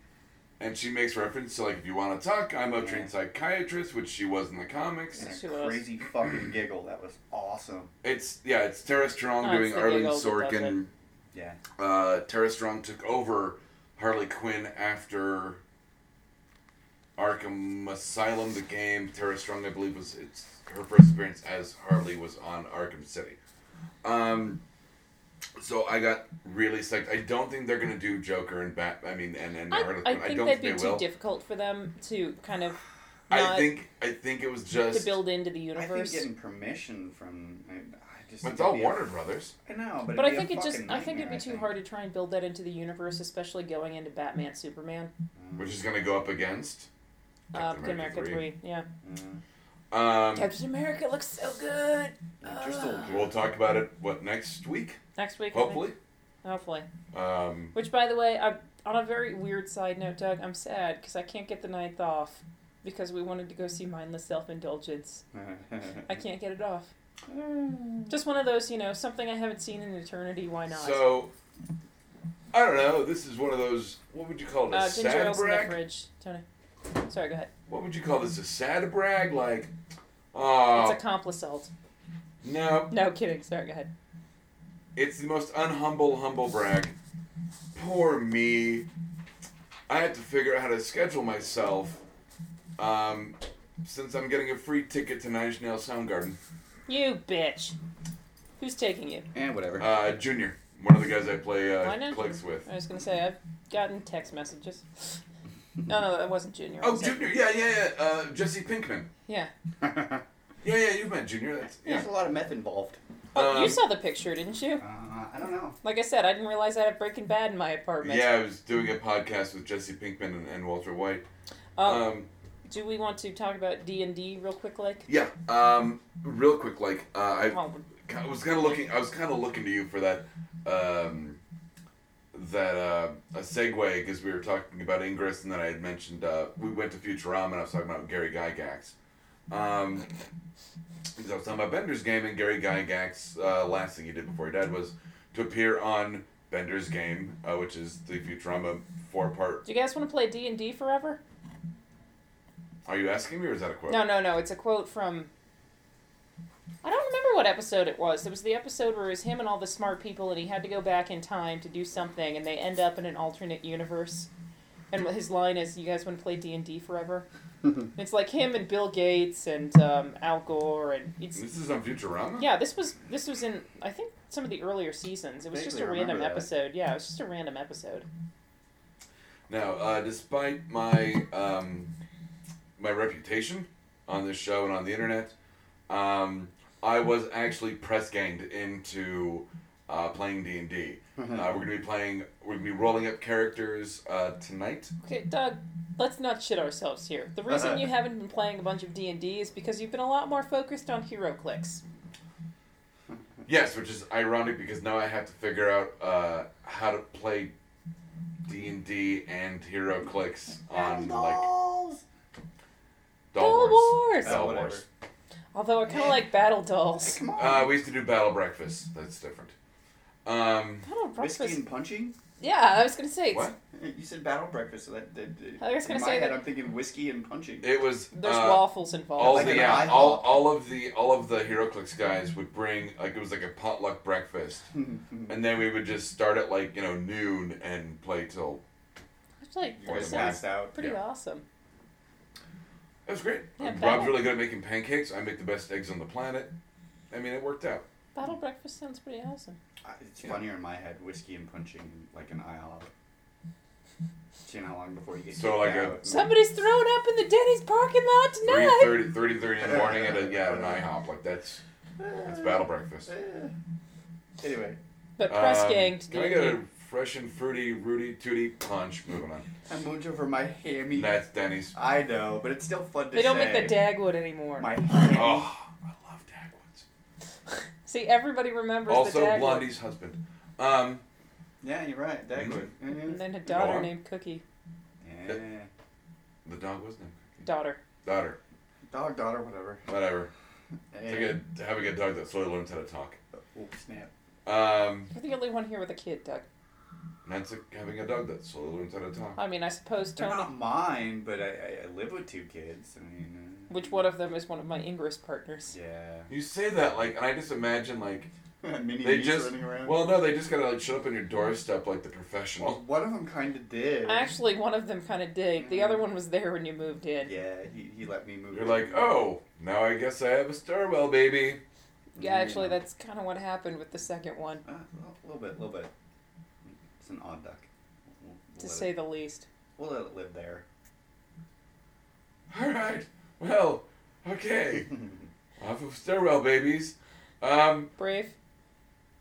B: And she makes reference to like, if you want to talk, I'm a
D: Yeah.
B: trained psychiatrist, which she was in the comics.
D: And
A: She
D: a
A: was.
D: crazy fucking giggle. That was awesome.
B: It's yeah, it's Tara Strong
A: Oh,
B: doing
A: it's the
B: Arlene
A: giggles that does
B: Sorkin.
D: Yeah.
B: Uh, Tara Strong took over Harley Quinn after Arkham Asylum, the game. Tara Strong, I believe, was it's her first appearance as Harley was on Arkham City. Um, so I got really psyched. I don't think they're gonna do Joker and Bat. I mean, and and
A: I,
B: Harley
A: I
B: Quinn.
A: think
B: don't
A: that'd
B: think
A: be
B: they
A: too
B: will.
A: difficult for them to kind of
B: I
A: not
B: think I think it was
A: to
B: just
A: build into the
D: I think
A: universe.
D: getting permission from I, I just.
B: It's
D: it'd
B: all
D: be a-
B: Warner Brothers.
D: I know, but,
A: but I
D: it'd
A: think
D: be a
A: it just
D: fucking
A: I think it'd
D: nightmare,
A: be
D: I
A: too hard to try and build that into the universe, especially going into Batman Superman,
B: which is going to go up against.
A: uh, Captain America three. Yeah,
D: Mm.
B: Um,
A: Captain America looks so good.
D: Just
A: Ah.
D: a little-
B: we'll talk about it what next week,
A: Next week, I think.
B: hopefully.
A: Hopefully.
B: Um,
A: Which, by the way, I, on a very weird side note, Doug, I'm sad because I can't get the ninth off because we wanted to go see Mindless Self Indulgence. I can't get it off. Just one of those, you know, something I haven't seen in eternity. Why not?
B: so I don't know. This is one of those. What would you call it? A
A: uh, ginger
B: sad
A: ale's in the
B: brag.
A: fridge. Tony, sorry, go ahead.
B: What would you call this? A sad brag? Like, oh
A: It's accomplice salt.
B: no,
A: No kidding. Sorry, go ahead.
B: it's the most unhumble humble brag. Poor me. I had to figure out how to schedule myself. Um, since I'm getting a free ticket to Nine Inch Nails Soundgarden.
A: You bitch. Who's taking you?
D: Eh,
C: And whatever.
B: Uh, Junior, one of the guys I play
A: Why
B: uh,
A: not?
B: clicks with.
A: I was gonna say I've gotten text messages. No, no, that wasn't Junior.
B: Oh,
A: was it?
B: Junior, yeah, yeah, yeah. Uh, Jesse Pinkman.
A: Yeah.
D: There's
B: Yeah, yeah, you've met Junior. That's yeah.
D: a lot of meth involved.
A: Oh, you
B: Um,
A: saw the picture, didn't you?
D: Uh, Uh, I don't know.
A: Like I said, I didn't realize I had Breaking Bad in my apartment.
B: Yeah, I was doing a podcast with Jesse Pinkman and, and Walter White.
A: Um,
B: um,
A: do we want to talk about D and D real quick? Like,
B: Yeah. Um, real quick, like uh, I
A: oh,
B: ki- was kind of looking. I was kind of looking to you for that. Um, that uh, a segue because we were talking about Ingress, and then I had mentioned uh, we went to Futurama, and I was talking about Gary Gygax. Um, 'cause I was talking about Bender's game, and Gary Gygax. Uh, last thing he did before he died was to appear on Bender's game, uh, which is the Futurama four-part.
A: do you guys want to play D and D forever?
B: Are you asking me, or is that a quote?
A: No, no, no. It's a quote from. I don't remember what episode it was. It was the episode where it was him and all the smart people, and he had to go back in time to do something, and they end up in an alternate universe. And what his line is, "You guys want to play D and D forever?" it's like him and Bill Gates and um, Al Gore, and it's
B: This is on Futurama.
A: yeah. This was this was in I think some of the earlier seasons. It was just a
C: Vaguely
A: random
C: remember that.
A: episode. Yeah, it was just a random episode.
B: Now, uh, despite my um, my reputation on this show and on the internet, um, I was actually press ganged into uh, playing D and D.
D: Hmm.
B: Uh, We're gonna be playing. We're gonna be rolling up characters uh, tonight.
A: Okay, Doug, let's not shit ourselves here. The reason
B: Uh-huh.
A: you haven't been playing a bunch of D and D is because you've been a lot more focused on hero clicks.
B: Yes, which is ironic because now I have to figure out uh, how to play D and D and Hero Clicks on like
A: Doll
B: Doll
A: Wars.
B: Wars. Uh,
D: Oh,
B: Doll
D: whatever.
B: Wars.
A: Although I kind of like battle dolls.
D: Come on.
B: Uh, we used to do Battle Breakfast. That's different. Um,
A: Battle
D: Whiskey
A: breakfast.
D: and punching?
A: Yeah, I was gonna say. It's,
B: what?
D: You said battle breakfast, so that, that, that-
A: I was gonna
D: in
A: say
D: my head
A: that-
D: I'm thinking whiskey and punching.
B: It was
A: There's
B: uh,
A: waffles
B: all
A: involved.
D: Like
B: the
D: an
B: yeah,
D: IHOP.
B: all, all of the all of the HeroClix guys would bring like it was like a potluck breakfast, and then we would just start at like you know noon and play till
A: It's like
D: you
A: that
B: Yeah.
D: guys
A: sounds
D: passed out.
A: pretty
B: Yeah.
A: awesome.
B: it was great.
A: Yeah,
B: Rob's
A: battle-
B: really good at making pancakes. I make the best eggs on the planet. I mean, it worked out.
A: Battle breakfast sounds pretty awesome.
B: Mm-hmm.
D: Uh, It's
B: Yeah.
D: funnier in my head, whiskey and punching like an IHOP. See how long before you get
B: So
D: kicked
B: like a-
D: out.
A: Somebody's thrown up in the Denny's parking lot
B: Three
A: tonight.
B: thirty, thirty thirty in the morning at a, yeah at an IHOP like that's that's battle breakfast.
D: uh, Anyway,
A: But Uh, press
B: Um,
A: ganged.
B: Can I get a fresh and fruity Rudy Tooty punch? Moving on.
D: I moved over my hammy.
B: That's Denny's.
D: I know, but it's still fun to
A: They don't
D: say.
A: make the Dagwood anymore.
D: My hammy.
B: Oh, I love Dagwoods.
A: See, everybody remembers the
B: Also
A: Dagwood.
B: Blondie's husband. Um.
D: Yeah, you're right.
B: Mm-hmm.
D: Dagwood.
A: And
D: Yeah.
A: then a daughter
B: Nora.
A: named Cookie.
D: Yeah.
B: The dog was named Cookie.
A: Daughter.
B: Daughter.
D: Dog, daughter, whatever.
B: Whatever. It's
D: Hey.
B: like a, having a dog that slowly learns how to talk.
D: Oh, snap.
B: Um,
A: You're the only one here with a kid, Doug.
B: and that's like having a dog that slowly learns how to talk.
A: I mean, I suppose
D: They're
A: Tony.
D: not mine, but I, I, I live with two kids. I mean, uh,
A: Which one of them is one of my Ingress partners?
D: Yeah.
B: You say that like, and I just imagine like,
D: Mini
B: they
D: me's
B: just,
D: running around.
B: well, no, they just gotta like show up on your doorstep like the
D: Well,
B: professional.
D: one of them kind of did.
A: Actually, one of them kind of did. The other one was there when you moved in.
D: Yeah, he, he let me move.
B: You're
D: in.
B: like, oh, now I guess I have a Starwell baby.
A: Yeah, actually,
D: Yeah.
A: that's kind of what happened with the second one,
D: Uh, a little bit, a little bit. It's an odd duck. We'll, we'll
A: to
D: let
A: say
D: it,
A: the least.
D: we'll let it live there.
B: All right, well, okay, off of Starwell babies. Um,
A: Brave.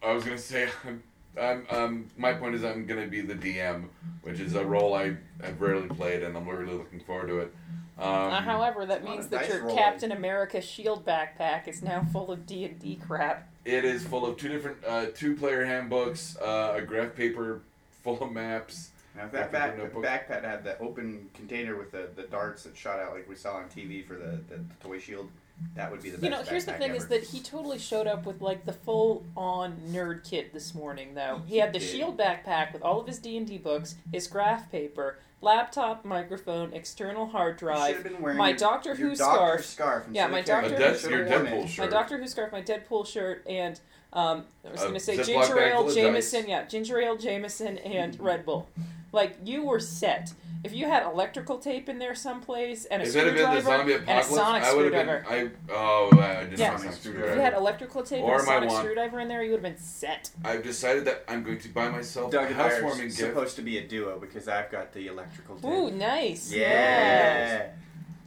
B: I was gonna say I'm, I'm, um, my point is I'm gonna be the DM, which is a role I have rarely played, and I'm really looking forward to it. Um,
A: Uh, however, that
D: a lot
A: means
D: of
A: that
D: dice
A: your
D: rolling.
A: Captain America shield backpack is now full of D and D crap.
B: It is full of two different uh, two-player handbooks, uh, a graph paper full of maps.
D: Now, if
B: Back
D: that
B: to
D: back,
B: the notebook.
D: backpack had the open container with the, the darts that shot out like we saw on TV for the, the, toy shield, that would be the best.
A: You know, here's the
D: backpack
A: thing:
D: ever.
A: is that he totally showed up with like the full-on nerd kit this morning. Though he had the
D: He did.
A: shield backpack with all of his D and D books, his graph paper, laptop, microphone, external hard
D: You
A: drive,
D: should've been wearing
A: my
D: your-
A: Doctor
D: your
A: Who
D: Doctor
A: scarf.
D: scarf.
A: Yeah,
D: instead
A: my
D: of
A: Doctor
B: Uh,
D: carrying
A: Who
D: it.
B: that's
D: You
B: your
D: should've worn
B: Deadpool
D: it.
B: shirt.
A: my Doctor Who scarf, my Deadpool shirt, and um, I was
B: A
A: going to say
B: Oh, Ziploc
A: ginger
B: bag
A: ale
B: full of
A: Jameson.
B: dice.
A: Yeah, ginger ale Jameson and Red Bull. Like you were set. If you had electrical tape in there someplace and a
B: If it had been
A: screwdriver
B: the zombie
A: and a
B: apocalypse,
A: sonic
B: I would have
A: screwdriver,
B: been. I oh, I just
A: Yeah.
B: saw my
A: if you had
B: screwdriver.
A: electrical tape
B: Or
A: and a
B: my
A: sonic
B: wand.
A: screwdriver in there, you would have been set.
B: I've decided that I'm going to buy myself a
D: Doug and I are
B: housewarming gift.
D: supposed to be a duo because I've got the electrical. Tape.
A: Ooh, nice.
D: yeah.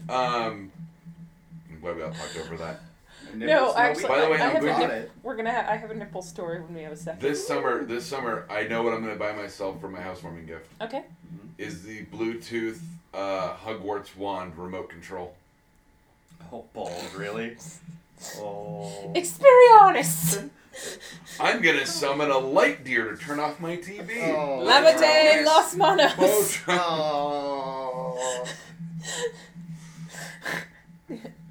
B: Um, I'm glad we all talked over that.
A: No, actually,
B: By the way,
A: I,
B: I'm
A: have a
B: glad
A: nip- we're gonna. Ha- I have a nipple story when we have a second.
B: This summer, this summer, I know what I'm going to buy myself for my housewarming gift
A: Okay.
B: is the Bluetooth uh, Hogwarts wand remote control.
D: Oh, balls, really? Oh.
A: Experience.
B: I'm going to summon a light deer to turn off my TV.
D: Oh.
A: Lavate
D: Levite
A: los manos.
B: Both-
D: Oh.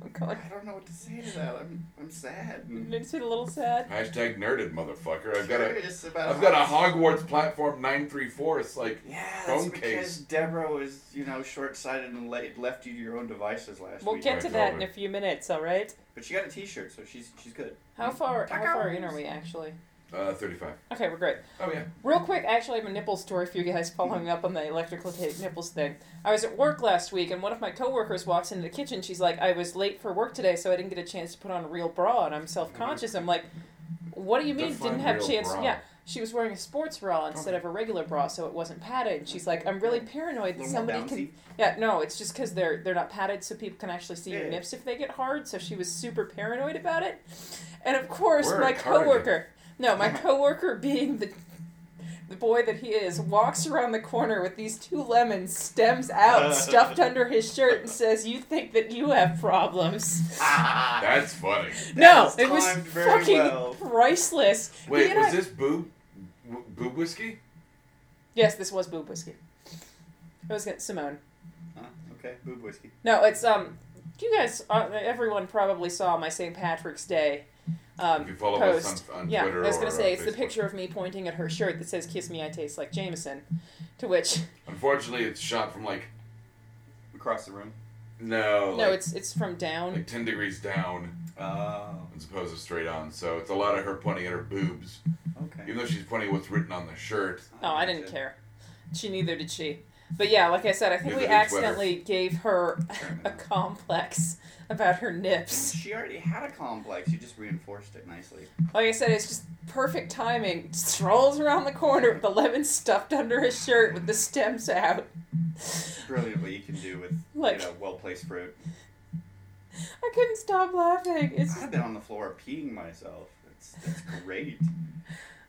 A: Oh God,
D: I don't know what to say to that. I'm, I'm sad. and
A: it's been a little sad.
B: Hashtag nerded, motherfucker. I've got a,
D: curious about
B: I've got a
D: how-
B: Hogwarts platform 934. It's like,
D: Yeah, that's
B: phone
D: because
B: case.
D: Deborah was, you know, short-sighted and la- left you to your own devices last
A: We'll
D: week.
A: get to that in a few minutes. All right.
D: But she got a T-shirt, so she's she's good.
A: How far? How far in
D: Tacos.
A: are we actually?
B: uh, 35.
A: Okay, we're great.
B: Oh, yeah.
A: Real quick, I actually have a nipple story for you guys following up on the electrical tape nipples thing. I was at work last week and one of my coworkers walks into the kitchen. She's like, I was late for work today, so I didn't get a chance to put on a real bra, and I'm self conscious. I'm like, what do you mean
B: Define
A: didn't have
B: real
A: chance?
B: bra.
A: Yeah. She was wearing a sports bra instead
B: Okay.
A: of a regular bra, so it wasn't padded. She's like, I'm really paranoid that
D: A little more
A: somebody can. Yeah, no, it's just because they're they're not padded, so people can actually see your
D: Yeah.
A: nips if they get hard. So she was super paranoid about it, and of course,
B: Wear a
A: my
B: cardigan.
A: coworker. No, my coworker, being the the boy that he is, walks around the corner with these two lemons, stems out, stuffed under his shirt, and says, "You think that you have problems?"
D: Ah,
B: That's funny.
A: no,
D: was
A: it was
D: timed very
A: fucking
D: well.
A: priceless. He
B: Wait,
A: and
B: was
A: I-
B: this boob, w- boob whiskey?
A: Yes, this was boob whiskey. It was gonna- Simone.
D: Huh, okay, boob whiskey.
A: No, it's um. You guys, uh, everyone probably saw my St. Patrick's Day. Um,
B: If you follow
A: post.
B: us on, on
A: yeah,
B: Twitter
A: I was
B: or
A: gonna say
B: on
A: it's the
B: Facebook.
A: picture of me pointing at her shirt that says "Kiss me, I taste like Jameson," to which
B: Unfortunately, it's shot from like
D: Across the room.
B: no,
A: no,
B: like,
A: it's it's from down.
B: like ten degrees down
D: Oh,
B: as opposed to straight on. So it's a lot of her pointing at her boobs,
D: okay.
B: even though she's pointing what's written on the shirt.
A: No, Oh, I didn't care. She neither did she. But yeah, like I said, I think
B: Neither
A: we
B: did Twitter.
A: accidentally gave her a complex about her nips.
D: She already had a complex. You just reinforced it nicely.
A: Like I said, it's just perfect timing. Strolls around the corner with the lemon stuffed under his shirt with the stems out.
D: Brilliant what you can do with
A: Like-
D: you know well placed fruit.
A: I couldn't stop laughing. It's just,
D: I've been on the floor peeing myself. That's that's great.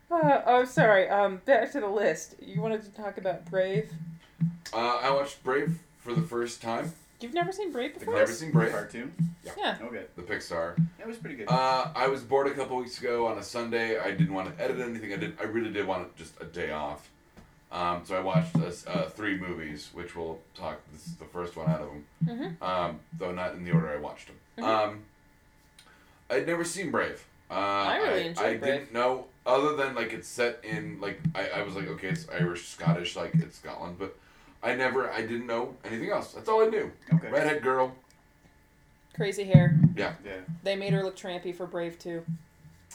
A: uh, oh, sorry. Um, back to the list. You wanted to talk about Brave.
B: Uh, I watched Brave for the first time.
A: You've never seen Brave
B: I've
A: before?
B: never seen Brave,
D: Cartoon.
A: Yeah.
D: Okay,
B: the Pixar.
D: that was pretty good.
B: Uh, I was bored a couple weeks ago on a Sunday. I didn't want to edit anything. I did. I really did want just a day off. Um, so I watched uh, s- uh, three movies, which we'll talk. This is the first one out of them,
A: Mhm.
B: um, though not in the order I watched them.
A: Mhm.
B: Um, I'd never seen Brave. Uh, I
A: really
B: I,
A: enjoyed Brave.
B: didn't know other than like it's set in like I, I was like okay it's Irish Scottish like it's Scotland but I never I didn't know anything else. That's all I knew.
D: okay.
B: Redhead girl.
A: Crazy hair.
D: Yeah.
A: They made her look trampy for Brave too.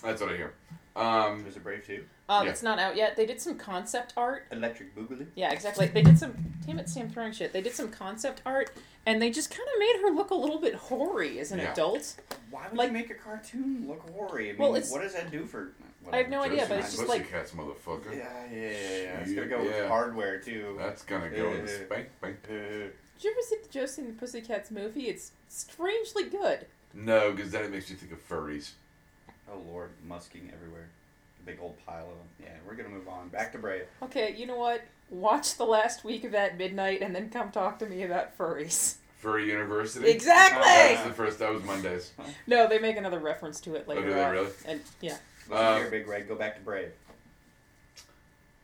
B: That's what I hear. Um,
D: Was it Brave too?
A: Um,
B: Yeah.
A: It's not out yet. They did some concept art
D: Electric Boogaloo.
A: Yeah, exactly. They did some. Damn it, Sam throwing shit. They did some concept art, and they just kind of made her look a little bit hoary as an
B: Yeah.
A: adult.
D: Why would
A: Like-
D: you make a cartoon look hoary? I mean,
A: Well, it's-
D: what does that do for?
A: I have no idea, but it's
B: Josie
A: just
B: and
A: like
B: Pussycats, motherfucker.
D: Yeah, yeah, yeah. yeah. It's gonna go
B: Yeah.
D: with hardware too.
B: That's gonna go in the
D: Yeah.
B: spank bank.
D: Uh,
A: did you ever see the Josie and the Pussycats movie? It's strangely good.
B: No, because then it makes you think of furries.
D: oh lord, musking everywhere. A big old pile of them. Yeah, we're gonna move on. Back to Brave.
A: Okay, you know what? Watch the last week of At Midnight, and then come talk to me about furries.
B: Furry University. That was
A: Exactly.
B: the first. That was Mondays.
A: No, they make another reference to it
B: Uh-huh. Oh,
A: later.
B: do they
A: on.
B: really?
A: And yeah,
D: Listen
B: Um,
D: here, Big Red. Go back to Brave.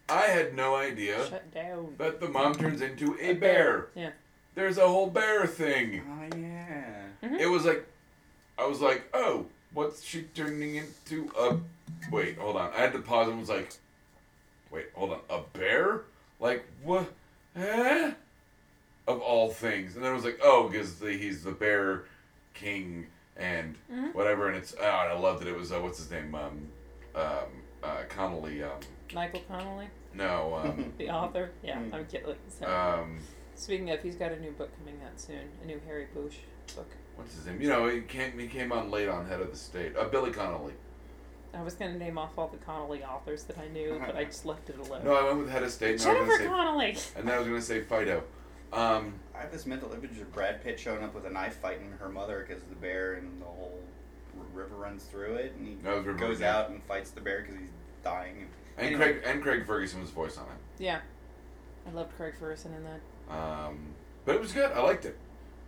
B: I had no idea
A: shut down.
B: that the mom turns into a
A: A
B: bear.
A: bear, yeah.
B: There's a whole bear thing.
D: Oh yeah.
B: It was like, I was like, oh, what's she turning into? A wait, hold on. I had to pause and was like, wait, hold on, a bear? Like what? Eh? Of all things, and then I was like, oh, because the, he's the bear king and whatever, and it's oh, and I love that it was uh, what's his name, um, um, uh, Connolly, um,
A: Michael Connolly,
B: no, um,
A: the author. Yeah,
D: Mm.
A: I'm kidding. Sorry.
B: um,
A: Speaking of, he's got a new book coming out soon. A new Harry Bush book.
B: what's his name? You know, he came he came on late on Head of the State, uh, Billy Connolly.
A: I was gonna name off all the Connolly authors that I knew, but I just left it alone.
B: Uh-huh. No, I went with Head of State. and I was gonna
A: Jennifer
B: say-
A: Connolly.
B: And then I was gonna say Fido. Um,
D: I have this mental image of Brad Pitt showing up with a knife fighting her mother because of the bear and the whole r- river runs through it, and he
B: That was River
D: goes
B: Run, yeah.
D: out and fights the bear because he's dying.
B: And
D: Anyway.
B: Craig and Craig Ferguson's voice on it.
A: Yeah. I loved Craig Ferguson in that.
B: Um, but it was good. I liked it.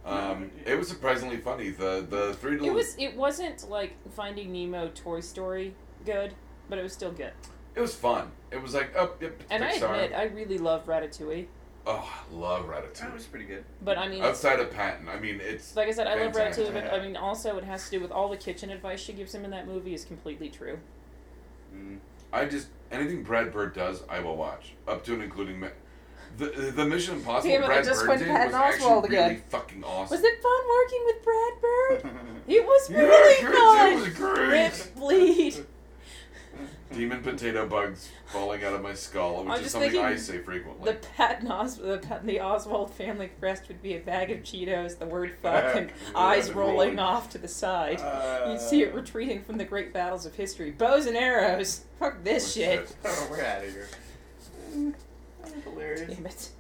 B: Um, it was surprisingly funny. The the three
A: It
B: little
A: was it wasn't like Finding Nemo Toy Story good, but it was still good.
B: it was fun. It was like oh yep, it's
A: And
B: Pixar.
A: I admit I really love Ratatouille.
B: oh, I love
D: That
B: Ratatouille.
D: was pretty good.
A: But I mean it's-
B: Outside of Patton, I mean it's
A: like I said, I love
B: Fantastic.
A: Ratatouille, but I mean also it has to do with all the kitchen advice she gives him in that movie is completely true.
D: Mm.
B: I just anything Brad Bird does, I will watch up to and including Ma- the the- the Mission Impossible
A: Damn it, I
B: Brad
A: just
B: Bird
A: went
B: did
A: Patton
B: was actually
A: Oswalt
B: really
A: again.
B: fucking awesome.
A: Was it fun working with Brad Bird?
D: I
A: It was
B: Yeah,
A: really
B: great,
A: fun.
B: it was great.
A: Rip bleed.
B: Demon potato bugs falling out of my skull,
A: I'm
B: which is
A: just
B: something
A: thinking
B: I say frequently.
A: The Patton Os- the, Pat- the Oswald family crest would be a bag of Cheetos, the word fuck, and eyes rolling off to the side.
B: Uh,
A: You'd see
D: Uh,
A: it retreating from the great battles of history. Bows and arrows. Fuck this
B: What's
A: shit.
B: that?
D: Oh, we're out of here. That was hilarious.
A: Damn it.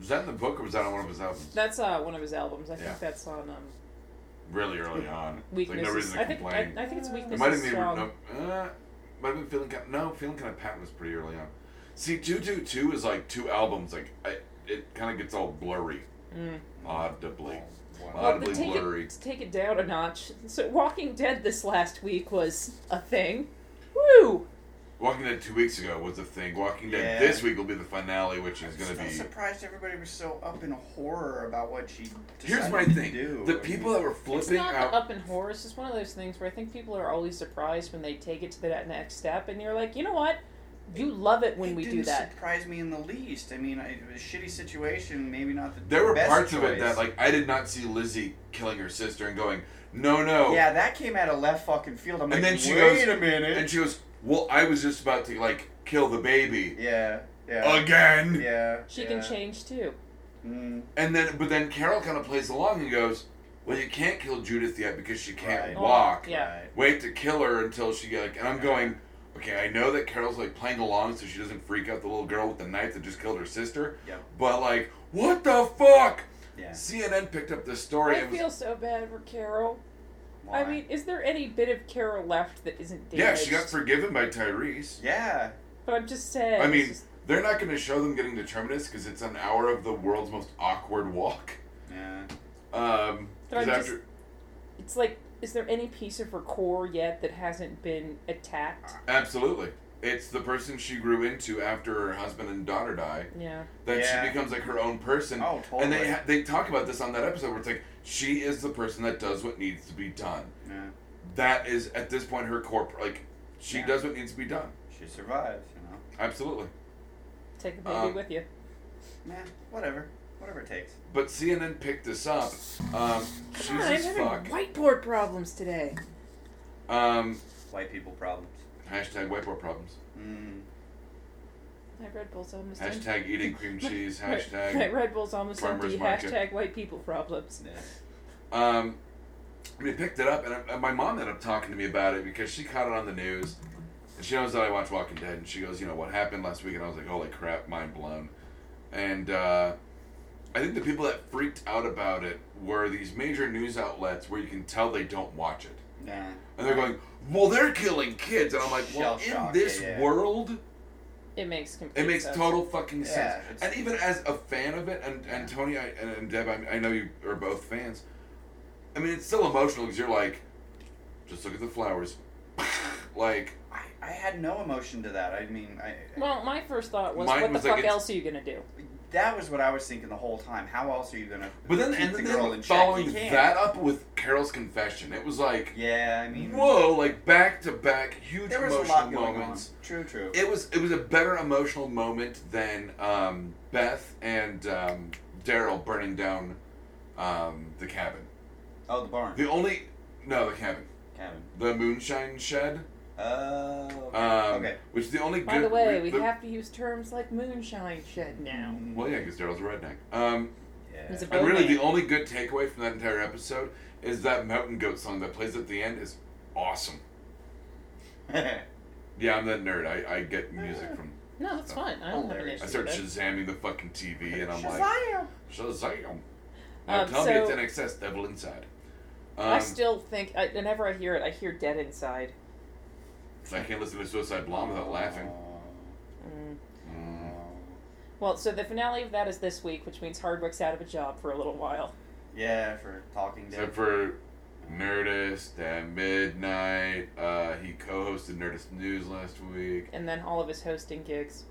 B: Was that in the book or was that on one of his albums?
A: That's uh, one of his albums. I
B: Yeah.
A: think that's on um,
B: Really early on. It's Like
A: Weaknesses.
B: no reason
A: I
B: to
A: think
B: complain.
A: I, I think it's
B: it
A: Weakness
B: might have
A: is
B: been
A: Strong.
B: no, uh, might have been feeling kind. no, feeling kind of Patton was pretty early on. See, two two two is like two albums. Like I, it kind of gets all blurry,
A: Mm.
B: audibly.
A: Well, to
B: Audibly
A: take,
B: blurry.
A: It, to take it down a notch. So Walking Dead this last week was a thing. Woo!
B: Walking Dead two weeks ago was a thing. Walking Dead
D: Yeah.
B: this week will be the finale, which is going to
D: I'm
B: be.
D: so surprised everybody was so up in horror about what she
B: Here's
D: decided
B: my
D: to
B: thing:
D: do.
B: the people that were
A: It's
B: flipping
A: not the
B: out.
A: up in horror. It's just one of those things where I think people are always surprised when they take it to the next step, and you're like, you know what? You love it when
D: It
A: we do
D: didn't
A: that.
D: surprise me in the least. I mean, I- it was a shitty situation. Maybe not the
B: there were
D: best
B: parts of it
D: choice.
B: that, like, I did not see Lizzie killing her sister and going, "No, no."
D: Yeah, that came out of left fucking field. I'm
B: Oh. And
D: like,
B: then she
D: wait
B: goes-
D: a minute.
B: And she goes, "Well, I was just about to like kill the baby
D: yeah, yeah,
B: again."
D: yeah.
A: She
D: yeah.
A: can change too.
D: Mm,
B: And then, but then Carol kind of plays along and goes, "Well, you can't kill Judith yet because she can't
D: Right.
A: Oh,
B: walk.
A: Yeah.
D: right.
B: Wait to kill her until she like." And I'm
D: Yeah.
B: going, "Okay, I know that Carol's like playing along so she doesn't freak out the little girl with the knife that just killed her sister."
D: Yep.
B: But like, what the fuck?
D: Yeah.
B: CNN picked up this story.
A: I
B: and was,
A: feel so bad for Carol. I
D: Why?
A: mean, is there any bit of Carol left that isn't damaged?
B: yeah, she got forgiven by Tyrese.
D: yeah.
A: But I'm just saying.
B: I
A: it's
B: mean,
A: just-
B: they're not going to show them getting determinist because it's an hour of the world's most awkward walk.
D: Yeah.
B: Um, 'cause
A: But I'm just-
B: after,
A: it's like, is there any piece of her core yet that hasn't been attacked?
B: Uh, absolutely, it's the person she grew into after her husband and daughter die.
A: Yeah.
B: That
D: Yeah.
B: she becomes like her own person.
D: Oh, totally.
B: And they ha- they talk about this on that episode where it's like she is the person that does what needs to be done.
D: yeah.
B: That is at this point her core. Like she
D: Yeah.
B: does what needs to be done.
D: She survives, you know.
B: Absolutely.
A: Take the baby
B: Um,
A: with you.
D: Man, whatever. Whatever it takes.
B: But CNN picked this up. Um,
A: God, I'm
B: Jesus
A: having
B: fuck.
A: whiteboard problems today.
B: Um,
D: White people problems.
B: hashtag whiteboard problems.
D: Mm.
A: My Red Bull's almost empty.
B: Hashtag eating cream cheese.
A: My- My
B: Hashtag.
A: Red Bull's almost
B: farmer's
A: empty.
B: market.
A: Hashtag white people problems.
D: Yeah.
B: Um, we picked it up, and, and my mom ended up talking to me about it because she caught it on the news. And she knows that I watch Walking Dead, and she goes, "You know what happened last week?" And I was like, "Holy crap, mind blown." And uh, I think the people that freaked out about it were these major news outlets where you can tell they don't watch it.
D: Yeah.
B: And they're going, well, they're killing kids. And I'm like, well,
D: Shell
B: in
D: shock,
B: this
D: yeah, yeah.
B: world,
A: It makes complete
B: it makes
A: sense.
B: total fucking
D: Yeah,
B: sense.
D: it's-
B: And even as a fan of it, and, and Tony I, and, and Deb, I, I know you are both fans. I mean, it's still emotional because you're like, just look at the flowers. like,
D: I, I had no emotion to that. I mean, I,
A: Well, my first thought was,
B: Mine
A: what
B: was
A: the
B: like
A: fuck
B: it's-
A: else are you gonna do?
D: that was what I was thinking the whole time. How else are you gonna?
B: but then,
D: keep
B: and
D: the
B: then
D: girl
B: they
D: in
B: following
D: check? You can't.
B: that up with Carol's confession, it was like,
D: Yeah, I mean,
B: whoa, like back to back, huge
D: there was a
B: emotional
D: lot going
B: moments.
D: on. True, true.
B: It was it was a better emotional moment than um, Beth and um, Daryl burning down um, the cabin.
D: oh, the barn.
B: The only no, the cabin,
D: Cabin.
B: the moonshine shed.
D: Oh.
B: Um,
D: okay.
B: Which is the only.
A: By
B: good,
A: the way, we
B: the-
A: have to use terms like moonshine shed now.
B: Well, yeah, because Daryl's a redneck. Um,
D: Yeah.
A: It's a
B: and
A: Oh,
B: really,
A: man.
B: the only good takeaway from that entire episode is that mountain goat song that plays at the end is awesome. Yeah, I'm that nerd. I, I get music from.
A: No, that's fine. I don't
D: Hilarious.
B: Oh, I
A: have an
B: start
A: issue with
B: shazamming the fucking TV, and I'm like,
D: Shazam!
B: Shazam! Now
A: Um,
B: tell me
A: so-
B: it's in excess, devil inside.
A: I
B: Um,
A: still think, I, whenever I hear it, I hear Dead Inside.
B: I can't listen to Suicide Blonde without laughing.
D: Oh.
A: Mm.
B: Mm.
A: Well, so the finale of that is this week, which means Hardwick's out of a job for a little while.
D: Yeah, for Talking Dead.
B: Except for Nerdist at midnight. Uh, he co-hosted Nerdist News last week.
A: And then all of his hosting gigs.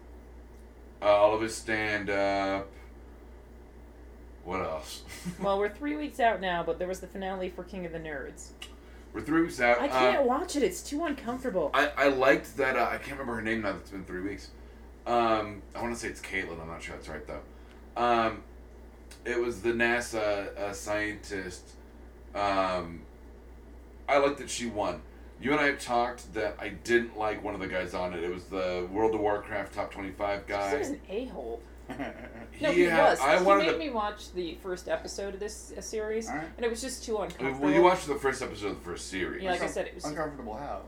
B: Uh, all of his stand-up. What else?
A: Well, we're three weeks out now, but there was the finale for King of the Nerds.
B: We're three weeks out.
A: I
B: Uh,
A: can't watch it, it's too uncomfortable.
B: I, I liked that. Uh, I can't remember her name now. That's been three weeks. Um, I want to say it's Caitlin. I'm not sure that's right though. Um, it was the NASA uh, scientist. Um, I liked that she won. You and I have talked that I didn't like one of the guys on it. It was the World of Warcraft top 25
A: Because he was
B: guy.
A: an a hole.
D: Alright.
A: No, he
B: had-
A: was.
B: I
A: he
B: wanted
A: made
B: to.
A: me watch the first episode of this uh, series, and it was just too
B: I
A: uncomfortable.
B: mean, well, you watched the first episode of the first series.
A: Yeah, like I said, it was.
D: Uncomfortable how?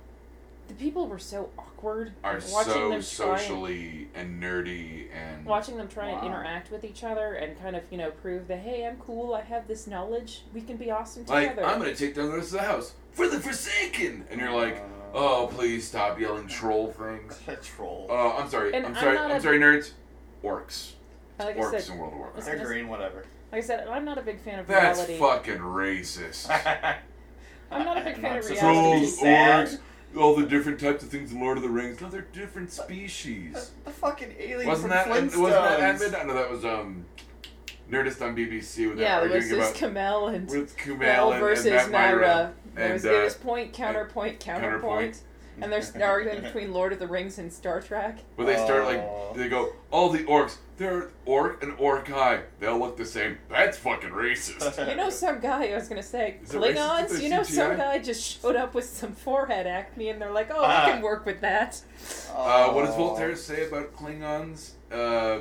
A: The people were so awkward.
B: Are
A: watching
B: so
A: them try and-
B: socially and nerdy and.
A: watching them try
D: Wow.
A: and interact with each other and kind of you know prove that hey i'm cool i have this knowledge we can be awesome
B: like
A: together
B: I'm gonna take down the rest of the house for the Forsaken, and you're like, oh please stop yelling troll things.
D: A Uh, troll.
B: Oh, I'm sorry,
A: And
B: I'm
A: I'm
B: sorry,
A: not
B: I'm
A: a-
B: sorry, nerds. Orcs,
A: like
B: orcs
A: i said
B: in World of
A: Listen-
B: Warcraft.
D: They're green, whatever.
A: like i said i'm not a big fan of
B: That's
A: reality
B: fucking racist.
A: i'm not a big fan
D: Not
A: of
D: supposed
A: reality
D: to
B: Trolls,
D: be sad.
B: orcs, all the different types of things in Lord of the Rings. No, they're different species.
D: The fucking alien
B: Wasn't
D: from
B: that? Wasn't
D: Flintstones.
B: that at midnight? No, that was um, Nerdist on BBC with
A: yeah
B: that
A: it was
B: arguing
A: just
B: about
A: Kamel and
B: with Kumail
A: Mel
B: and,
A: versus
B: and Matt Myra.
A: Myra. There was,
B: And,
A: there
B: uh,
A: was point, counterpoint, counterpoint. And there's an argument between Lord of the Rings and Star Trek.
B: But they start
D: Aw.
B: like they go, all the orcs, they're orc and orc high. They all look the same. That's fucking racist.
A: You know some guy, I was going to say,
B: Is it racist that
A: Klingons?
B: they're
A: You know some
B: CGI?
A: guy just showed up with some forehead acne and they're like, oh,
D: Ah.
A: I can work with that.
B: uh,
D: Oh,
B: what does Voltaire say about Klingons? Uh,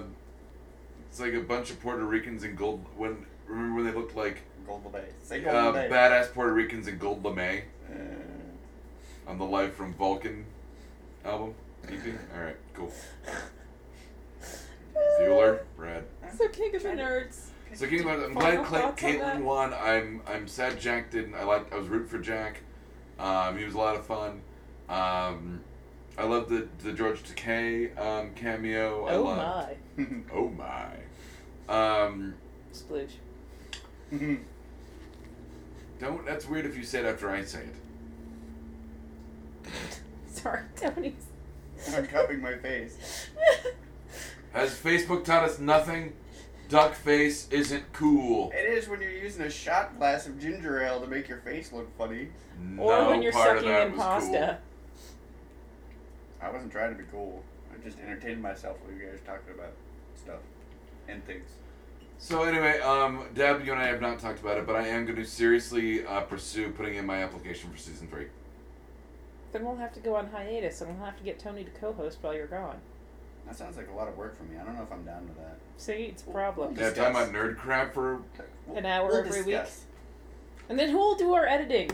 B: it's like a bunch of Puerto Ricans in gold. When remember when they looked like
D: Golden Bay. Say Golden
B: uh,
D: Bay.
B: badass Puerto Ricans in gold lame
D: Uh,
B: on the Live from Vulcan album EP. All right, cool. Bueller, Brad.
A: Ah, So King of the Nerds.
B: So King of the- I'm
A: Final
B: glad Cla-
A: thoughts on that?
B: Caitlin won. I'm I'm sad Jack didn't. I like I was rooting for Jack. Um, he was a lot of fun. Um, I love the the George Takei um, cameo. I
A: Oh
B: loved-
A: my.
B: Oh my. Um,
A: Sploosh.
B: don't. That's weird if you say it after I say it.
A: Sorry, Tony's.
D: I'm cupping my face.
B: Has Facebook taught us nothing? Duck face isn't cool.
D: It is when you're using a shot glass of ginger ale to make your face look funny.
B: No
A: or when you're
B: part of
A: sucking
B: that
A: in
B: was
A: pasta.
D: I wasn't trying to be cool. I just entertained myself while you guys were talking about stuff and things.
B: Cool. So anyway, um, Deb, you and I have not talked about it, but I am going to seriously uh, pursue putting in my application for season three.
A: Then we'll have to go on hiatus and we'll have to get Tony to co host while you're gone.
D: That sounds like a lot of work for me. I don't know if I'm down to that.
A: See, it's a problem.
B: Yeah,
D: Discuss.
B: talking about nerd crap for
A: An hour
D: We'll
A: every week.
D: discuss.
A: And then who'll do our editing?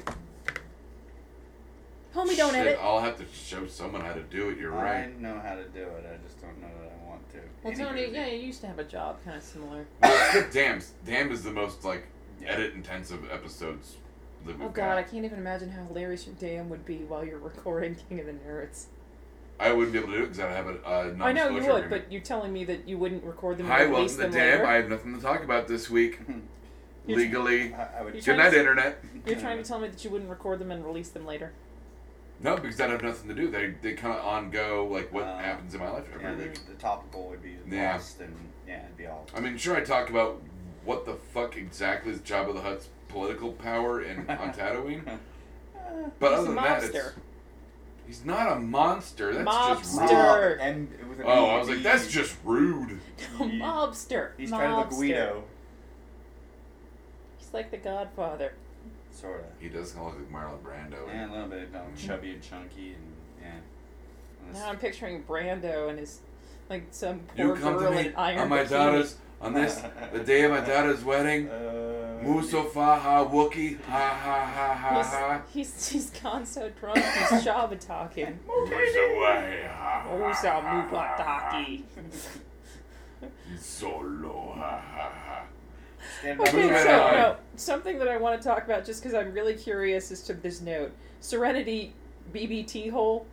A: Homie, don't
B: Shit,
A: edit.
B: I'll have to show someone how to do it. You're
D: I
B: right.
D: know how to do it. I just don't know that I want to.
A: Well,
D: Anywho,
A: Tony, yeah, you used to have a job kind of similar.
B: Well, damn, damn is the most like
D: Yeah.
B: edit intensive episodes that we've
A: Oh god, I
B: got.
A: can't even imagine how hilarious your damn would be while you're recording King of the Nerds.
B: I wouldn't be able to do it because I have a uh, non
A: I know you would, but you're telling me that you wouldn't record them and
B: hi,
A: release
B: welcome to
A: them
B: Damn.
A: later.
B: I have nothing to talk about this week
A: You're-
B: legally.
D: I, I would.
A: You're
B: Good
A: trying
B: night,
A: to-
B: internet.
A: You're trying to tell me that you wouldn't record them and release them later. Uh,
B: No, because I have nothing to do. They they kind of on go like what
D: Uh,
B: happens in my life every
D: Yeah,
B: week.
D: the, the topical would be
B: Yeah.
D: lost, and yeah, it'd be all.
B: I mean, sure, I talk about what the fuck exactly is Jabba the Hutt's political power in on Tatooine.
D: Uh,
B: But
A: He's
B: other
A: a
B: than that, it's,
A: monster.
B: he's not a monster. That's just
A: Mobster.
B: rude.
A: Stir.
D: and with an
B: Oh, I was like,
D: E.
B: that's just rude.
A: No, mobster.
D: He's
A: mobster.
D: kind of a Guido,
A: He's like the Godfather.
D: sort of.
B: He does kind of look like Marlon Brando.
D: Yeah, a little bit um, chubby and chunky, and yeah. And
A: Now I'm
D: this-
A: picturing Brando and his like some poor
B: You come
A: girl
B: to
A: in
B: me
A: iron.
B: on my
A: bikini.
B: daughter's on this the day of my daughter's wedding.
D: Uh,
B: Musofa ha Wookie ha ha ha ha ha.
A: He's, he's he's gone so drunk he's Java talking.
B: Musawai, ha,
A: Oh,
B: ha,
A: so
B: ha, ha, ha.
A: mubataki.
B: Solo ha ha ha.
D: Stand by
A: Okay,
B: Moving
D: me.
A: so
B: on.
A: no, something that I want to talk about just because I'm really curious as to this note. Serenity BBT hole.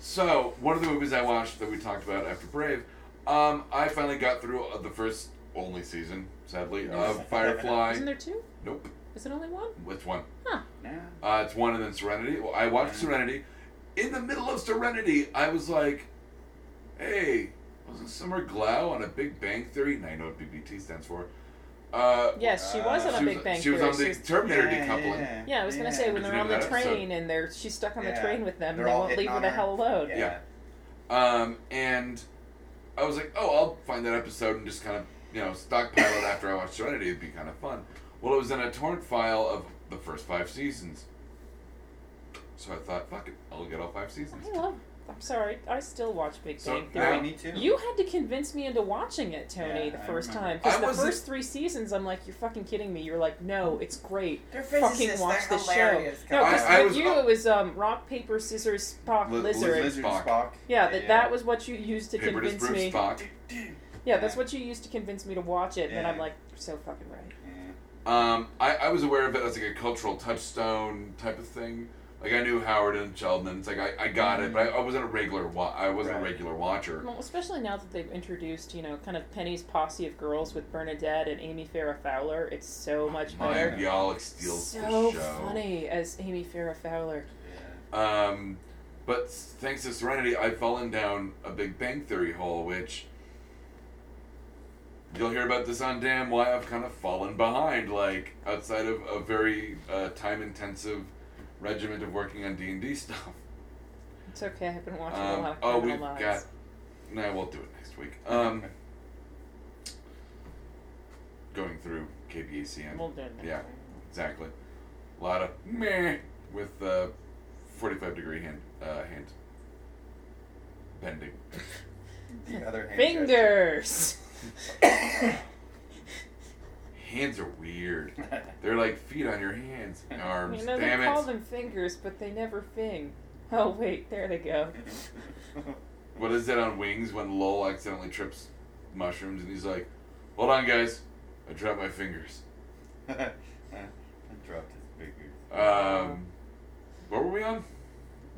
B: So one of the movies I watched that we talked about after Brave, um, I finally got through uh, the first only season, sadly, of
A: Isn't
B: Firefly.
A: there two?
B: Nope,
A: Is it only one?
B: it's one.
D: Yeah.
B: Uh, it's one and then Serenity. Well, I watched Serenity. In the middle of Serenity, I was like, "Hey, wasn't Summer Glau on a Big Bang Theory?" And I know what BBT stands for. Uh,
A: Yes, she was on
B: she
A: a
B: was,
A: Big Bang
B: she was
A: Theory.
B: on the Terminator decoupling.
A: yeah, I was gonna say when
B: It's
A: they're
B: the
A: on
B: name
A: the
B: of that episode.
A: train and they're she's stuck on the
D: Yeah.
A: train with them and
D: They're
A: they
D: all
A: won't
D: hitting
A: leave her
D: on
A: the
D: her.
A: hell alone.
D: Yeah.
B: Yeah. Um, and I was like, oh, I'll find that episode and just kind of, you know, stockpile it after I watch Serenity. It'd be kind of fun. Well, it was in a torrent file of the first five seasons. So I thought, fuck it, I'll get all five seasons.
A: I love. I'm sorry, I still watch Big
B: So,
A: Bang
B: now-
A: Theory.
D: me too.
A: You had to convince me into watching it, Tony,
D: Yeah,
A: the
D: I
A: first
D: remember.
A: time. Because
B: I
A: the
B: wasn't-
A: first three seasons, I'm like, you're fucking kidding me. You're like, no, it's great.
D: They're
A: Fucking
D: physicists.
A: watch
D: They're
A: the show.
D: hilarious.
A: No,
D: Come
A: because
D: on.
B: I- I
A: with
B: was-
A: you, it was um, rock, paper, scissors, Spock,
B: Li-
A: lizard.
B: lizard.
D: Lizard
B: Spock.
D: Spock.
A: Yeah, that that was what you used to
B: Paper
A: convince
B: Disprove
A: me.
B: Spock.
A: Yeah, that's what you used to convince me to watch it. And then
D: Yeah.
A: I'm like, you're so fucking right.
D: Yeah.
B: Um, I, I was aware of it as like a cultural touchstone type of thing. Like I knew Howard and Sheldon. It's like I, I got it, but I, I wasn't a regular. Wa- I wasn't a
D: Right.
B: regular watcher.
A: Well, especially now that they've introduced, you know, kind of Penny's posse of girls with Bernadette and Amy Farrah Fowler. It's so much
B: My
A: better.
B: Bialik steals
A: So
B: the show.
A: funny as Amy Farrah Fowler.
B: Um, but s- thanks to Serenity, I've fallen down a Big Bang Theory hole, which you'll hear about this on Damn Why I've kind of fallen behind. Like outside of a very uh, time-intensive regiment of working on D and D stuff.
A: It's okay. I've been watching a lot
B: Um,
A: of
B: oh,
A: Criminal
B: we've
A: Minds.
B: got. No, we'll do it next week. Um, going through KBACM.
A: We'll do it next
B: Yeah.
A: week.
B: Exactly. A lot of meh with uh, 45 degree hand uh, hand bending.
D: The other hand
A: Fingers.
B: Hands are weird.
D: gesture.
B: They're like feet on your hands and arms.
A: you know they
B: Damn
A: call
B: it.
A: them fingers, but they never fing. Oh wait, there they go.
B: What is it on wings when Lowell accidentally trips mushrooms and he's like, "Hold on, guys, I dropped my fingers."
D: I dropped his fingers.
A: Uh-huh.
B: Um, what were we on?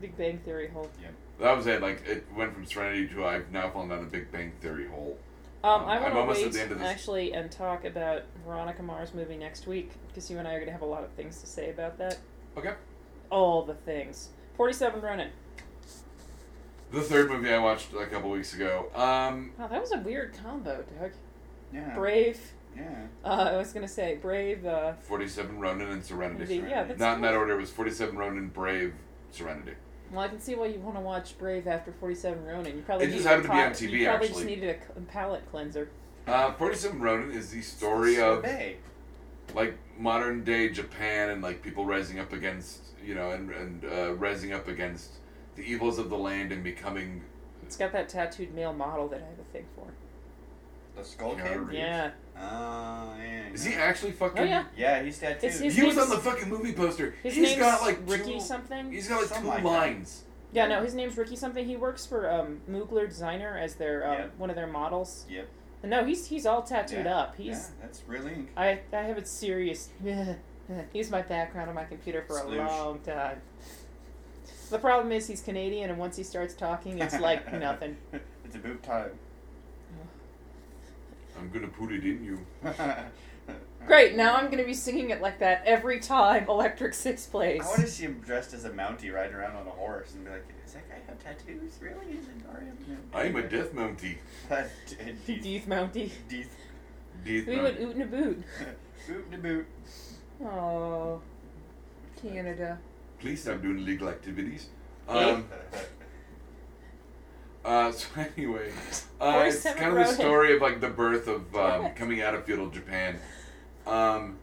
A: Big Bang Theory hole.
B: That was it. Like it went from Serenity to I've now fallen down a Big Bang Theory hole.
A: Um,
B: Um,
A: I
B: I'm
A: want
B: almost
A: to
B: at
A: wait
B: the end of this.
A: actually and talk about Veronica Mars movie next week because you and I are going to have a lot of things to say about that.
B: Okay.
A: All the things. Forty-seven Ronin.
B: The third movie I watched a couple weeks ago. Um,
A: Wow, that was a weird combo, Doug.
D: Yeah.
A: Brave.
D: Yeah.
A: Uh, I was going to say brave. Uh,
B: 47 Ronin and Serenity.
A: Indeed, yeah, that's
B: Not in that
A: cool.
B: order. It was 47 Ronin, Brave, Serenity.
A: Well, I can see why you want to watch Brave after 47 Ronin. You probably
B: It just
A: needed
B: happened
A: a
B: to be on
A: pal-
B: TV,
A: You probably
B: actually.
A: just needed a c- palate cleanser.
B: Uh, 47 Ronin is the story of
D: Sorbet.
B: like modern day Japan and like people rising up against you know and and uh, rising up against the evils of the land and becoming
A: It's got that tattooed male model that I have a thing for.
D: The Skull
B: Keanu
D: Kid.
B: Reeves.
A: Yeah,
D: Oh, yeah.
B: is he actually fucking
A: Oh, yeah.
D: Yeah, he's tattooed.
A: It's his-
B: he was on
A: name's-
B: the fucking movie poster
A: his
B: he's
A: name's
B: got like
A: Ricky
B: two,
A: something.
B: he's got like
D: Something
B: two
D: like that.
B: lines
A: Yeah, no, his name's Ricky something. He works for um, Moogler Designer as their um,
D: Yeah.
A: one of their models.
D: Yep.
A: And no, he's he's all tattooed
D: Yeah.
A: up.
D: yeah,
A: He's
D: that's really inc-
A: I I have a serious. He's my background on my computer for a
D: Sploosh.
A: long time. The problem is he's Canadian, and once he starts talking, it's like nothing.
D: It's a boot time.
B: I'm gonna put it in you
A: Great, now I'm going to be singing it like that every time Electric Six plays.
D: I want to see him dressed as a Mountie riding around on a horse and be like, "Does that guy have tattoos? Really? Is it Dario?"
B: I'm a death mountie
D: That deeth.
A: Deeth Mounty.
D: Deeth.
B: death
A: We would
B: mountie.
A: oot and a boot.
D: Boot to boot.
A: Oh, Canada.
B: please stop doing illegal activities
A: Eh?
B: um, Uh, so anyway, uh,
A: Or
B: it's
A: Seven
B: kind of the
A: Ronin.
B: story of like the birth of um,
A: Yes.
B: coming out of feudal Japan. Um,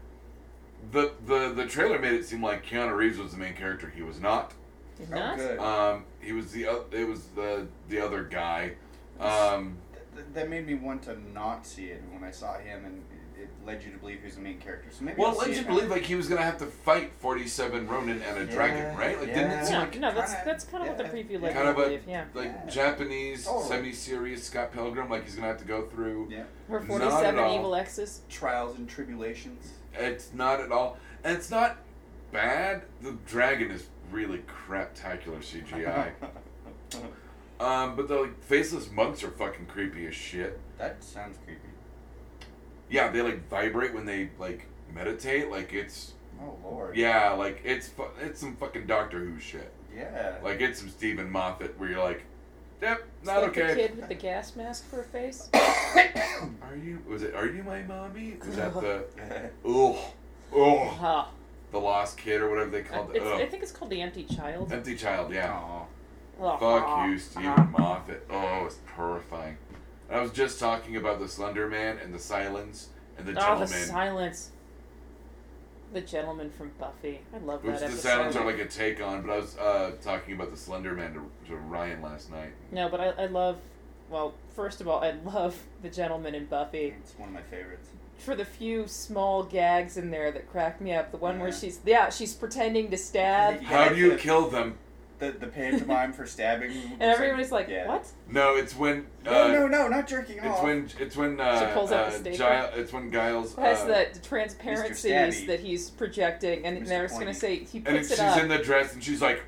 B: the the the trailer made it seem like Keanu Reeves was the main character. He was not.
A: Did
D: oh,
A: not.
D: good.
B: Um, he was the o- it was the the other guy. Um,
D: Th- th- that made me want to not see it when I saw him, and it, it led you to believe he was the main character. So maybe
B: Well,
D: I'll
B: it led
D: see
B: you
D: it
B: to believe
D: now.
B: like he was gonna have to fight forty-seven Ronin and a dragon,
D: Yeah,
B: right? Like, didn't it
D: yeah.
A: Yeah,
B: seem like
A: no, that's
D: kinda-
A: that's kind of
D: yeah,
A: what the preview led
B: kind
A: me
B: of
A: to
B: a-
A: believe. Yeah,
B: like
D: Yeah.
B: Japanese
D: Totally.
B: semi-serious Scott Pilgrim? Like he's gonna have to go through.
D: Yeah.
A: her
B: not at
A: forty-seven
B: all.
A: evil exes.
D: Trials and tribulations.
B: It's not at all, and it's not bad. The dragon is really craptacular CGI. um, but the like, faceless monks are fucking creepy as shit.
D: that sounds creepy.
B: Yeah, they like vibrate when they like meditate. Like it's
D: Oh lord.
B: yeah, like it's fu- it's some fucking Doctor Who shit.
D: Yeah.
B: Like it's some Stephen Moffat where you're like, yep,
A: It's
B: not
A: like The
B: okay.
A: kid with the gas mask for a face.
B: Are you? Was it? Are you my mommy? Was that the?
D: Like,
B: Ugh, ugh,
A: Huh.
B: the lost kid or whatever they
A: I,
B: called it. oh.
A: it's, I
B: Ugh.
A: think it's called the empty child. Ah,
B: Empty child. Yeah.
D: Aw.
A: Ugh.
B: Fuck you, Stephen Moffat. Oh, it's horrifying. I was just talking about the Slender Man and the Silence and the
A: Oh, the
B: Gentleman,
A: silence. The gentleman from Buffy. I love
B: which
A: that
B: the
A: episode.
B: Silence are like a take on. But I was uh, talking about the Slender Man to, to Ryan last night.
A: No, but I, I love. Well, first of all, I love the gentleman in Buffy.
D: It's one of my favorites.
A: For the few small gags in there that crack me up. The one where
D: Yeah.
A: she's yeah, she's pretending to stab,
D: Yeah,
B: How do you
D: the-
B: kill them?
D: The the pantomime for stabbing.
A: and everybody's like,
D: Yeah.
A: "What?"
B: No, it's when. Uh,
D: No, no, no, not jerking
B: It's
D: off.
B: when it's when uh,
A: She pulls out
B: uh,
A: the staple.
B: Gile- it's when Giles uh,
A: Has that transparencies
D: Stabby.
A: that he's projecting, and
D: Mr.
A: they're just gonna
D: Pointy.
A: say he
B: and it's,
A: puts
B: she's
A: it up.
B: in the dress and she's like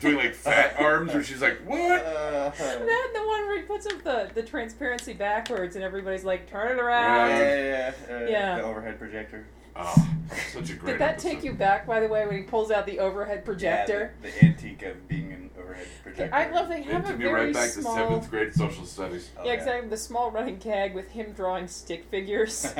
B: doing like fat arms where she's like what
D: Uh,
A: Then the one where he puts up the, the transparency backwards, and everybody's like, "Turn it
D: yeah,
A: around."
B: Right.
D: yeah, yeah, uh,
A: Yeah.
D: The overhead projector.
B: oh, such a great
A: Did that take
B: episode.
A: you back, by the way, when he pulls out the overhead projector?
D: Yeah, the, the antique of being an overhead projector.
A: I love they
B: it
A: have a
B: took me
A: very
B: right back
A: small.
B: to seventh grade social studies
D: Oh,
A: yeah, exactly. The small running gag with him drawing stick figures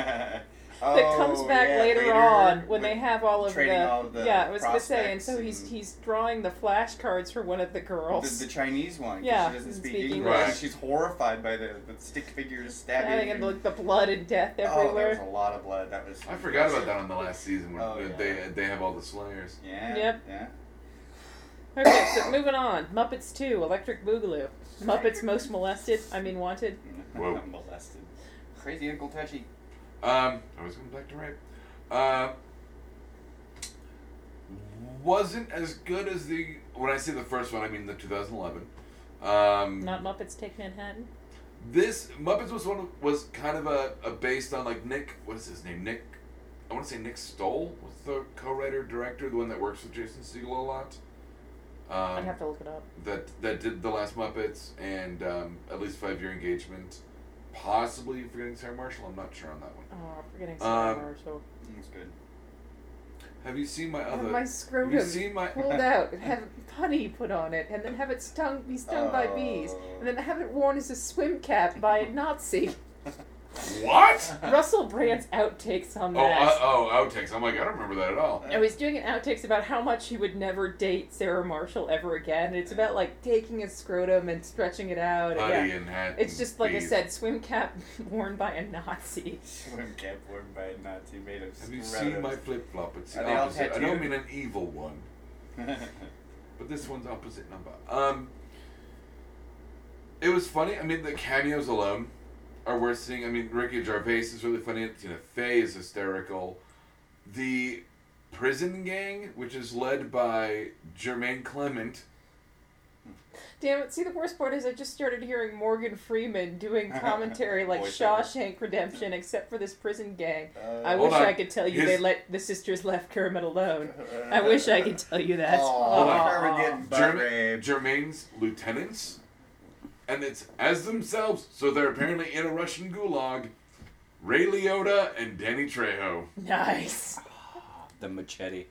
D: Oh,
A: that comes back
D: yeah,
A: later, on when
D: with-
A: they have all of
D: trading
A: the,
D: all the
A: yeah. I was gonna say, and so
D: prospects
A: he's
D: and-
A: he's drawing the flashcards for one of the girls.
D: The, the Chinese one. 'cause
A: Yeah,
D: She doesn't
A: doesn't
D: speak
A: speak
D: English.
B: English.
D: and She's horrified by the, the stick figures stabbing.
A: Stabbing and
D: and-
A: like the blood and death
D: Oh, there was
A: everywhere.
D: a lot of blood. That was.
B: I forgot about that on the last season when
D: Oh, yeah.
B: they they have all the slayers
D: Yeah.
A: Yep.
D: Yeah.
A: okay, so moving on. Muppets Two, Electric Boogaloo. Muppets Most Molested. I mean Wanted.
B: Whoa.
D: I'm molested. Crazy Uncle Touchy.
B: um I was going back to rape uh, wasn't as good as the when I say the first one I mean the 2011 um,
A: Not Muppets Take Manhattan.
B: This Muppets was one of- was kind of a, a based on like Nick what is his name Nick I want to say Nick Stoll was the co-writer director the one that works with Jason Segel a lot um,
A: I'd have to look it up.
B: that that did the Last Muppets and um, at least Five Year Engagement possibly forgetting Sarah Marshall I'm not sure on that one
A: Oh, I'm forgetting
B: Um,
A: some more. So
D: That's Mm, good.
B: have you seen my
A: Have
B: other
A: my
B: uh, have you
A: scrotum
B: seen my
A: pulled out and have honey put on it, and then have it stung, be stung by bees, and then have it worn as a swim cap by
B: Oh.
A: a Nazi.
B: what
A: Russell Brand's outtakes on
B: oh uh,
A: that.
B: oh outtakes I'm like I don't remember that at all
A: I was doing an outtakes about how much he would never date Sarah Marshall ever again, and it's about like taking his scrotum and stretching it out. and
B: Buddy
A: yeah.
B: and Hat
A: It's just like I
B: Bees.
A: said, swim cap worn by a Nazi.
D: Swim cap worn by a Nazi made of
B: Have you
D: scrotum.
B: seen my flip flop? It's
D: Are
B: the
D: they all
B: opposite. I don't
D: tattooed?
B: mean an evil one, but this one's opposite number. Um, it was funny. I mean, the cameos alone are worth seeing. I mean, Ricky Gervais is really funny. Tina Fey is hysterical. The prison gang, which is led by Jermaine Clement.
A: Damn it! See, the worst part is I just started hearing Morgan Freeman doing commentary like
D: Voiceover.
A: Shawshank Redemption, except for this prison gang.
D: Uh,
A: I
B: Hold
A: wish
B: on.
A: I could tell you
B: His-
A: they let the sisters left Kermit alone. I wish I could tell you that.
D: Oh,
B: Aw.
D: Kermit getting butt
B: Jerm-
D: raped.
B: Jermaine's lieutenants, and it's as themselves. So they're apparently in a Russian gulag. Ray Liotta and Danny Trejo.
A: Nice.
C: The machete.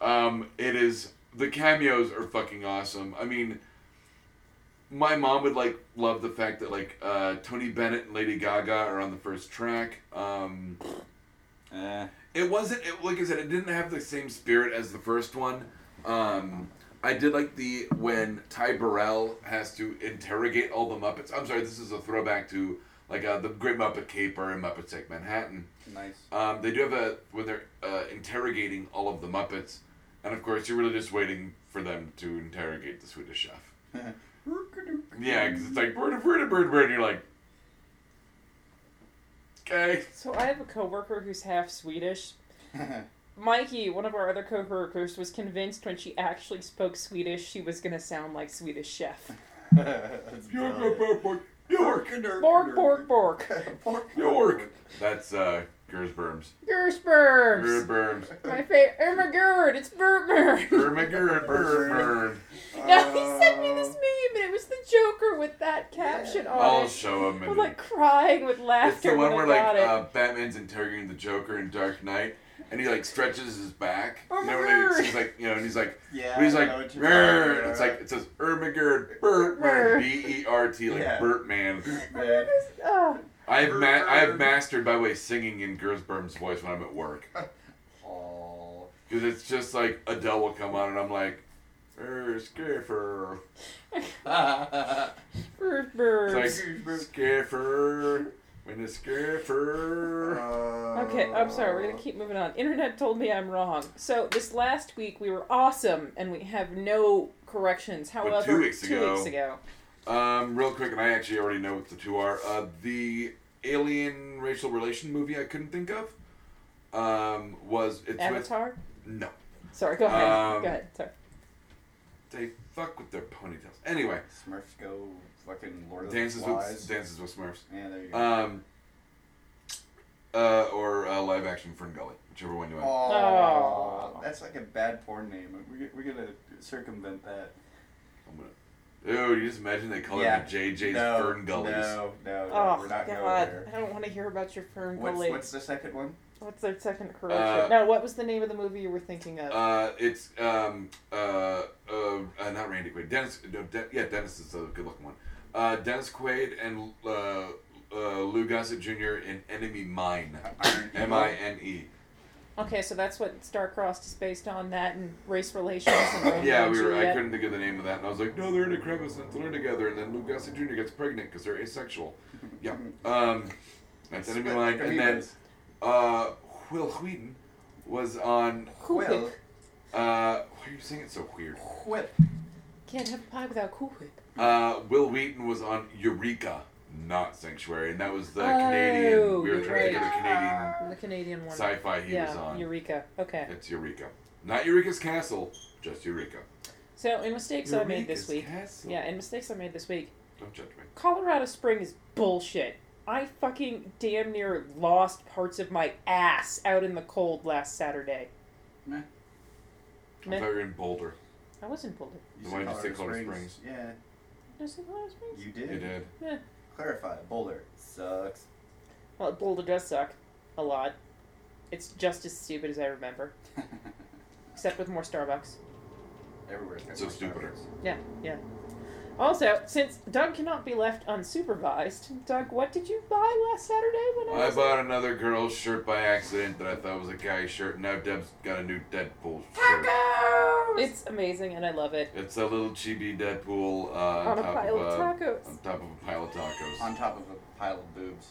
B: Um, it is the cameos are fucking awesome. I mean, my mom would like love the fact that like uh, Tony Bennett and Lady Gaga are on the first track. Um,
D: Eh,
C: Uh,
B: it wasn't it, like I said, it didn't have the same spirit as the first one. Um, I did like the when Ty Burrell has to interrogate all the Muppets. I'm sorry, this is a throwback to like uh, the Great Muppet Caper and Muppets Take Manhattan.
D: Nice.
B: Um, they do have a when they're uh, interrogating all of the Muppets, and of course you're really just waiting for them to interrogate the Swedish Chef. Yeah, because it's like bird, bird, bird, bird. And you're like, Okay.
A: So I have a coworker who's half Swedish. Mikey, one of our other coworkers, was convinced when she actually spoke Swedish, she was gonna sound like Swedish Chef.
D: That's
B: Uh,
D: brilliant.
B: York.
A: Bork, bork, bork.
B: York. That's uh, Gersberms.
A: Gershbergs.
B: Gersberms.
A: My favorite. Ermagerd. It's Burtmer.
B: Ermagerd.
A: Yeah,
B: Uh,
A: he sent me this meme, and it was the Joker with that caption on
B: I'll
A: it.
B: show him.
A: I was like crying with laughter
B: It's the one where
A: when I got
B: like
A: it.
B: uh, Batman's interrogating the Joker in Dark Knight, and he like stretches his back.
A: Oh
B: you
A: my
B: know what
A: God.
B: he's like, you know, and he's like,
D: Yeah.
B: and he's
D: I
B: like,
D: know what you're
B: "Brr,"
D: talking
B: and it's
D: about.
B: like it says Ermagerd, Bertman,
A: Brr.
B: B E R T, like
D: Yeah.
B: Bertman.
D: Yeah.
B: uh,
A: Oh,
B: I have ma-
D: Brr.
B: I have mastered by way of singing in Gersberm's voice when I'm at work
D: Aw.
B: because it's just like Adele will come on and I'm like, er, Skiffer,
A: Burtmer.
B: it's like Skiffer, when a Skiffer.
A: Okay, I'm sorry. We're
D: Uh,
A: gonna keep moving on. Internet told me I'm wrong. So this last week we were awesome, and we have no corrections. However,
B: two weeks ago-
A: weeks ago.
B: Um, real quick, and I actually already know what the two are. Uh, the alien racial relation movie I couldn't think of um, was it's
A: Avatar.
B: with no
A: Sorry, go ahead.
B: Um,
A: go ahead. Sorry.
B: they fuck with their ponytails. Anyway,
D: Smurfs go fucking Lord of
B: dances
D: the Flies.
B: with dances with Smurfs.
D: yeah, there you go.
B: Um, uh, or uh, live action Ferngully, whichever one you want.
D: Aw,
A: Aw.
D: that's like a bad porn name. We're, we're gonna circumvent that.
B: I'm gonna. Dude, you just imagine they call
D: Yeah.
B: it the JJ's
D: no,
B: Ferngullies.
D: No, no, no,
A: Oh
D: we're not going
A: God,
D: there.
A: I don't want to hear about your fern
D: What's,
A: gully.
D: what's the second one?
A: What's their second correction?
B: Uh,
A: now, what was the name of the movie you were thinking of?
B: Uh, it's um uh, uh uh not Randy Quaid. Dennis no De- yeah Dennis is a good looking one. Uh, Dennis Quaid and uh, uh, Lou Gossett Jr. in Enemy Mine.
D: Iron
B: M I N E.
A: okay, so that's what Starcrossed is based on. That and race relations. And Romeo
B: Yeah,
A: and
B: we were. I
A: Juliet.
B: couldn't think of the name of that, and I was like, no, they're in a crevice and they're together, and then Lou Gossett Jr. gets pregnant because they're asexual. Yeah. Um, that's Enemy
D: Split
B: Mine, and then
D: amoebas.
B: uh, Will Wheaton was on.
A: Cool
D: Quill.
A: Whip.
B: Uh, why are you saying it so weird?
D: Whip.
A: Can't have pie without Cool Whip.
B: Uh, Will Wheaton was on Eureka, not Sanctuary, and that was the
A: Oh,
B: Canadian. We were
A: you're
B: trying to get a Canadian
A: The Canadian one.
B: sci-fi he was
A: yeah,
B: on.
A: Eureka. Okay.
B: It's Eureka, not Eureka's Castle, just Eureka.
A: So, in mistakes I made this
B: Eureka's
A: week.
B: Castle.
A: Yeah, in mistakes I made this week.
B: Don't judge me.
A: Colorado Spring is bullshit. I fucking damn near lost parts of my ass out in the cold last Saturday.
D: Meh.
B: I
A: Meh.
B: thought you were in Boulder.
A: I wasn't bullied.
B: Why did you
D: said
B: say Colorado
D: Yeah,
A: Did I say Colorado Springs?
D: you did.
B: You did.
D: Clarify. Boulder sucks.
A: Well, Boulder does suck. A lot. It's just as stupid as I remember. Except with more Starbucks.
D: Everywhere's got
B: So
D: more
B: stupider.
D: Starbucks.
A: Yeah, yeah. Also, since Doug cannot be left unsupervised, Doug, what did you buy last Saturday when I
B: I
A: was
B: bought another girl's shirt by accident that I thought was a guy's shirt. Now Deb's got a new Deadpool shirt.
A: It's amazing and I love it.
B: It's a little chibi Deadpool uh, um, on,
A: On a
B: top
A: pile
B: of
A: of
B: a,
A: tacos.
B: on top of a pile of tacos.
D: On top of a pile of boobs.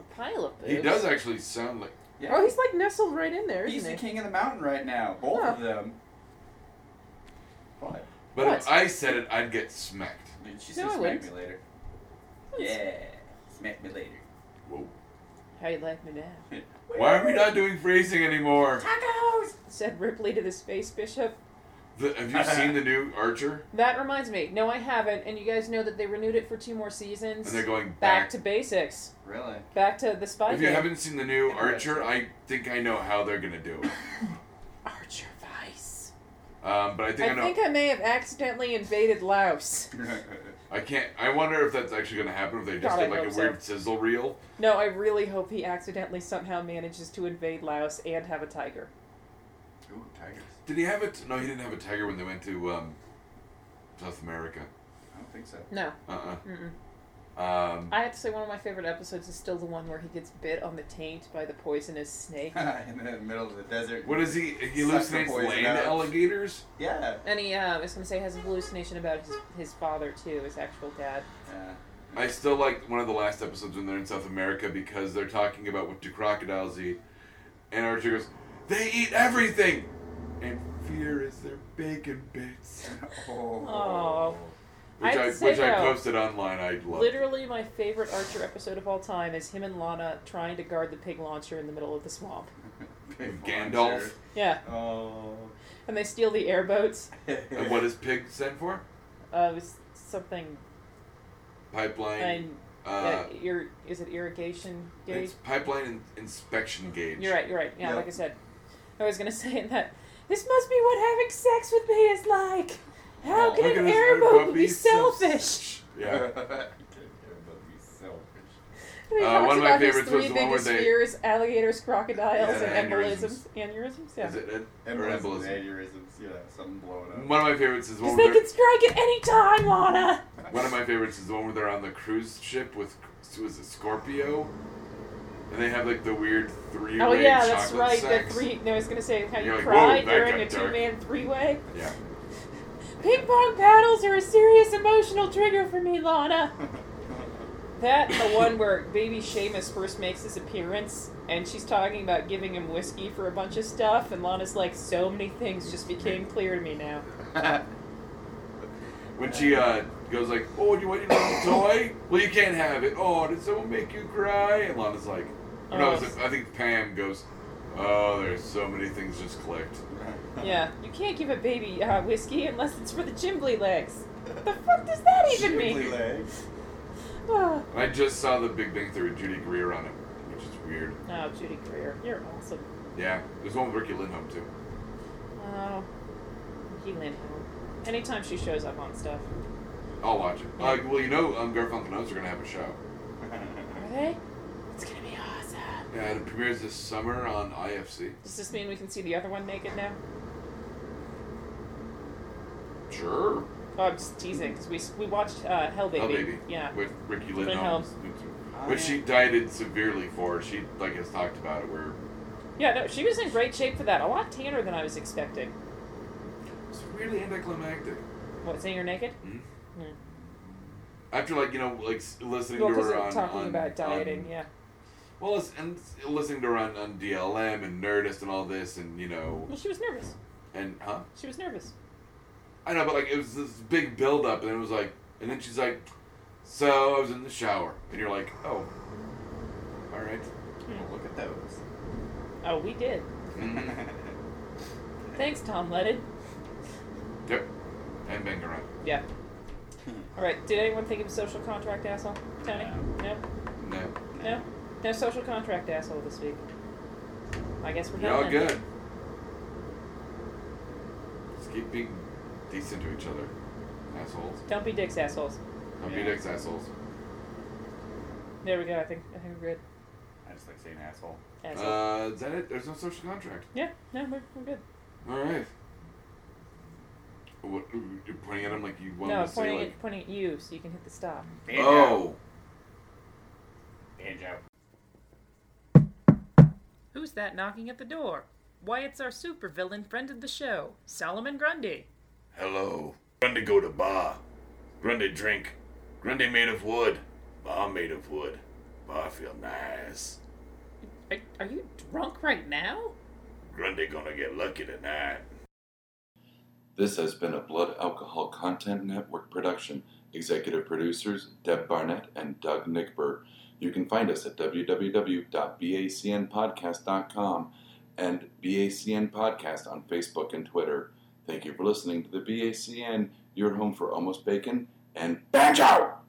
A: A pile of boobs.
B: he does actually sound like.
D: Yeah.
A: Oh, he's like nestled right in there,
D: He's
A: isn't
D: the
A: he?
D: king of the mountain right now. Both of
A: Huh.
D: them. What?
B: But if
A: What?
B: I said it, I'd get smacked.
D: Did she
A: No,
D: say
A: I
D: smack
A: wouldn't.
D: me later? Yeah, smack me later.
B: Whoa.
A: How you like me now?
B: Why are we not doing phrasing anymore?
D: tacos?
A: Said Ripley to the space bishop.
B: The, have you seen the new Archer?
A: That reminds me. No, I haven't. And you guys know that they renewed it for two more
B: And
A: seasons.
B: they're going
A: back
B: back.
A: to basics.
D: Really?
A: Back to the spy
B: If you
A: game.
B: haven't seen the new Archer, I think I know how they're gonna do it.
A: Archer Vice.
B: Um, but I think I,
A: I
B: know.
A: think I may have accidentally invaded Laos.
B: I can't. I wonder if that's actually gonna happen. If they just
A: God,
B: did
A: I
B: like a
A: hope so.
B: weird sizzle reel.
A: No, I really hope he accidentally somehow manages to invade Laos and have a tiger.
D: Ooh, tigers.
B: Did he have it? No, he didn't have a tiger when they went to um, South America.
D: I don't think so.
A: No.
B: Uh.
A: Mm-mm.
B: uh Um.
A: I have to say, one of my favorite episodes is still the one where he gets bit on the taint by the poisonous snake.
D: In the middle of the desert.
B: What is he? He
D: Suck the
B: hallucinates
D: poison
B: land
D: out.
B: alligators.
D: Yeah.
A: And he, uh, I was gonna say, has a hallucination about his, his father too, his actual dad.
D: yeah.
B: I still like one of the last episodes when they're in South America because they're talking about what do crocodiles eat, and Archer goes, "They eat everything," and fear is their bacon bits.
D: Oh.
A: Oh.
B: which
A: I
B: I,
A: have to say,
B: which I
A: though,
B: posted online. I love.
A: Literally, my favorite Archer episode of all time is him and Lana trying to guard the pig launcher in the middle of the swamp.
D: Big
B: Gandalf.
A: Yeah,
D: monster. Oh.
A: and they steal the airboats.
B: And what is pig stand for?
A: Uh, it was something.
B: Pipeline.
A: and
B: uh,
A: that ir- is it irrigation gauge?
B: it's pipeline in- inspection gauge.
A: You're right. You're right. Yeah,
D: Yeah.
A: like I said, I was gonna say that this must be what having sex with me is like. How
D: Oh,
A: can
B: Look at
A: an
B: this
A: airboat
B: airboat
A: be
B: be so-
A: selfish?
B: Yeah.
A: I mean,
B: Uh,
A: talks
B: one of my
A: about his
B: favorites was
A: three
B: the one where
A: biggest
B: they-
A: fears: alligators, crocodiles,
B: Yeah,
A: and embolisms.
B: aneurysms.
A: Aneurysms. Yeah.
B: Is it? it or embolism.
D: Embolisms, aneurysms, yeah, something blowing up.
B: One of my favorites is the
A: Because
B: one
A: they
B: where
A: can strike at any time, Lana.
B: One of my favorites is the one where they're on the cruise ship with was it Scorpio, and they have like the weird three-way
A: Oh yeah,
B: chocolate
A: that's right.
B: sex.
A: The three. No, I was gonna say how you
B: You're like,
A: cry
B: whoa, that
A: during
B: got
A: a
B: dark.
A: two-man three-way.
B: Yeah,
A: Ping pong paddles are a serious emotional trigger for me, Lana. That and the one where baby Seamus first makes his appearance, and she's talking about giving him whiskey for a bunch of stuff, and Lana's like, "So many things just became clear to me now."
B: when she uh, goes like, "Oh, do you want your little toy? Well, you can't have it. Oh, did someone make you cry?" And Lana's like, or "No,
A: Oh,
B: it's- I think Pam goes." Oh, there's so many things just clicked.
A: Yeah, you can't give a baby uh, whiskey unless it's for the chimbley legs. The fuck does that even mean?
D: legs.
A: Oh,
B: And I just saw The Big Bang Theory, Judy Greer on it, which is weird.
A: oh, Judy Greer, you're awesome.
B: Yeah, there's one with Ricky Lindholm too.
A: Oh, Ricky Lindholm. Anytime she shows up on stuff,
B: I'll watch it.
A: Yeah.
B: Like, well, you know, um, Garfunkel and Oates are gonna have a show.
A: are they? It's gonna be awesome.
B: Yeah, and it premieres this summer on IFC.
A: Does this mean we can see the other one naked now?
B: Sure.
A: Oh, I'm just teasing because we s- we watched uh, Hell Baby.
B: Hell Oh, Baby.
A: Yeah.
B: With Ricky
A: Lindholm.
B: Lindholm. Which she dieted severely for. She like has talked about it. Where
A: Yeah, no, she was in great shape for that. A lot tanner than I was expecting.
B: it's really anticlimactic.
A: What, saying you're naked?
B: Mm-hmm.
A: Hmm.
B: After like you know like s- listening
A: Well,
B: to
A: because
B: her
A: we're
B: on
A: talking
B: on-
A: about dieting,
B: on-
A: yeah.
B: well, it's- and s- listening to her on, on DLM and Nerdist and all this and you know
A: Well, she was nervous.
B: and huh.
A: She was nervous.
B: I know, but like it was this big build up, and it was like, and then she's like, "So I was in the shower," and you're like, "Oh, all right."
D: Look at those.
A: Oh, we did.
B: Mhm.
A: Thanks, Tom Letted.
B: yep, and bang around.
A: Yeah. All right. Did anyone think of social contract asshole? Tony? No.
B: No,
A: No. No social contract asshole this week. I guess we're
B: you're all
A: done. then.
B: good. Just keep being decent to each other, assholes.
A: Don't be dicks, assholes.
B: Don't be
D: Yeah.
B: dicks, assholes.
A: There we go. I think I think we're good.
D: I just like saying asshole.
A: Asshole.
B: Uh, is that it? There's no social contract.
A: yeah. No, we're, we're good.
B: All right. What, you're pointing at him like you
A: no,
B: want to
A: I'm pointing
B: say like,
A: at pointing at you so you can hit the stop.
D: Banjo.
B: "Oh,
D: Banjo.
A: Who's that knocking at the door? Why, it's our supervillain friend of the show, Solomon Grundy.
B: Hello. Grundy go to bar. Grundy drink. Grundy made of wood. Bar made of wood. Bar feel nice.
A: Are, are you drunk right now?
B: Grundy gonna get lucky tonight. This has been a Blood Alcohol Content Network production. Executive producers Deb Barnett and Doug Nickberg. You can find us at www.bacnpodcast.com and BACN Podcast on Facebook and Twitter. Thank you for listening to the BACN, your home for almost bacon and banjo!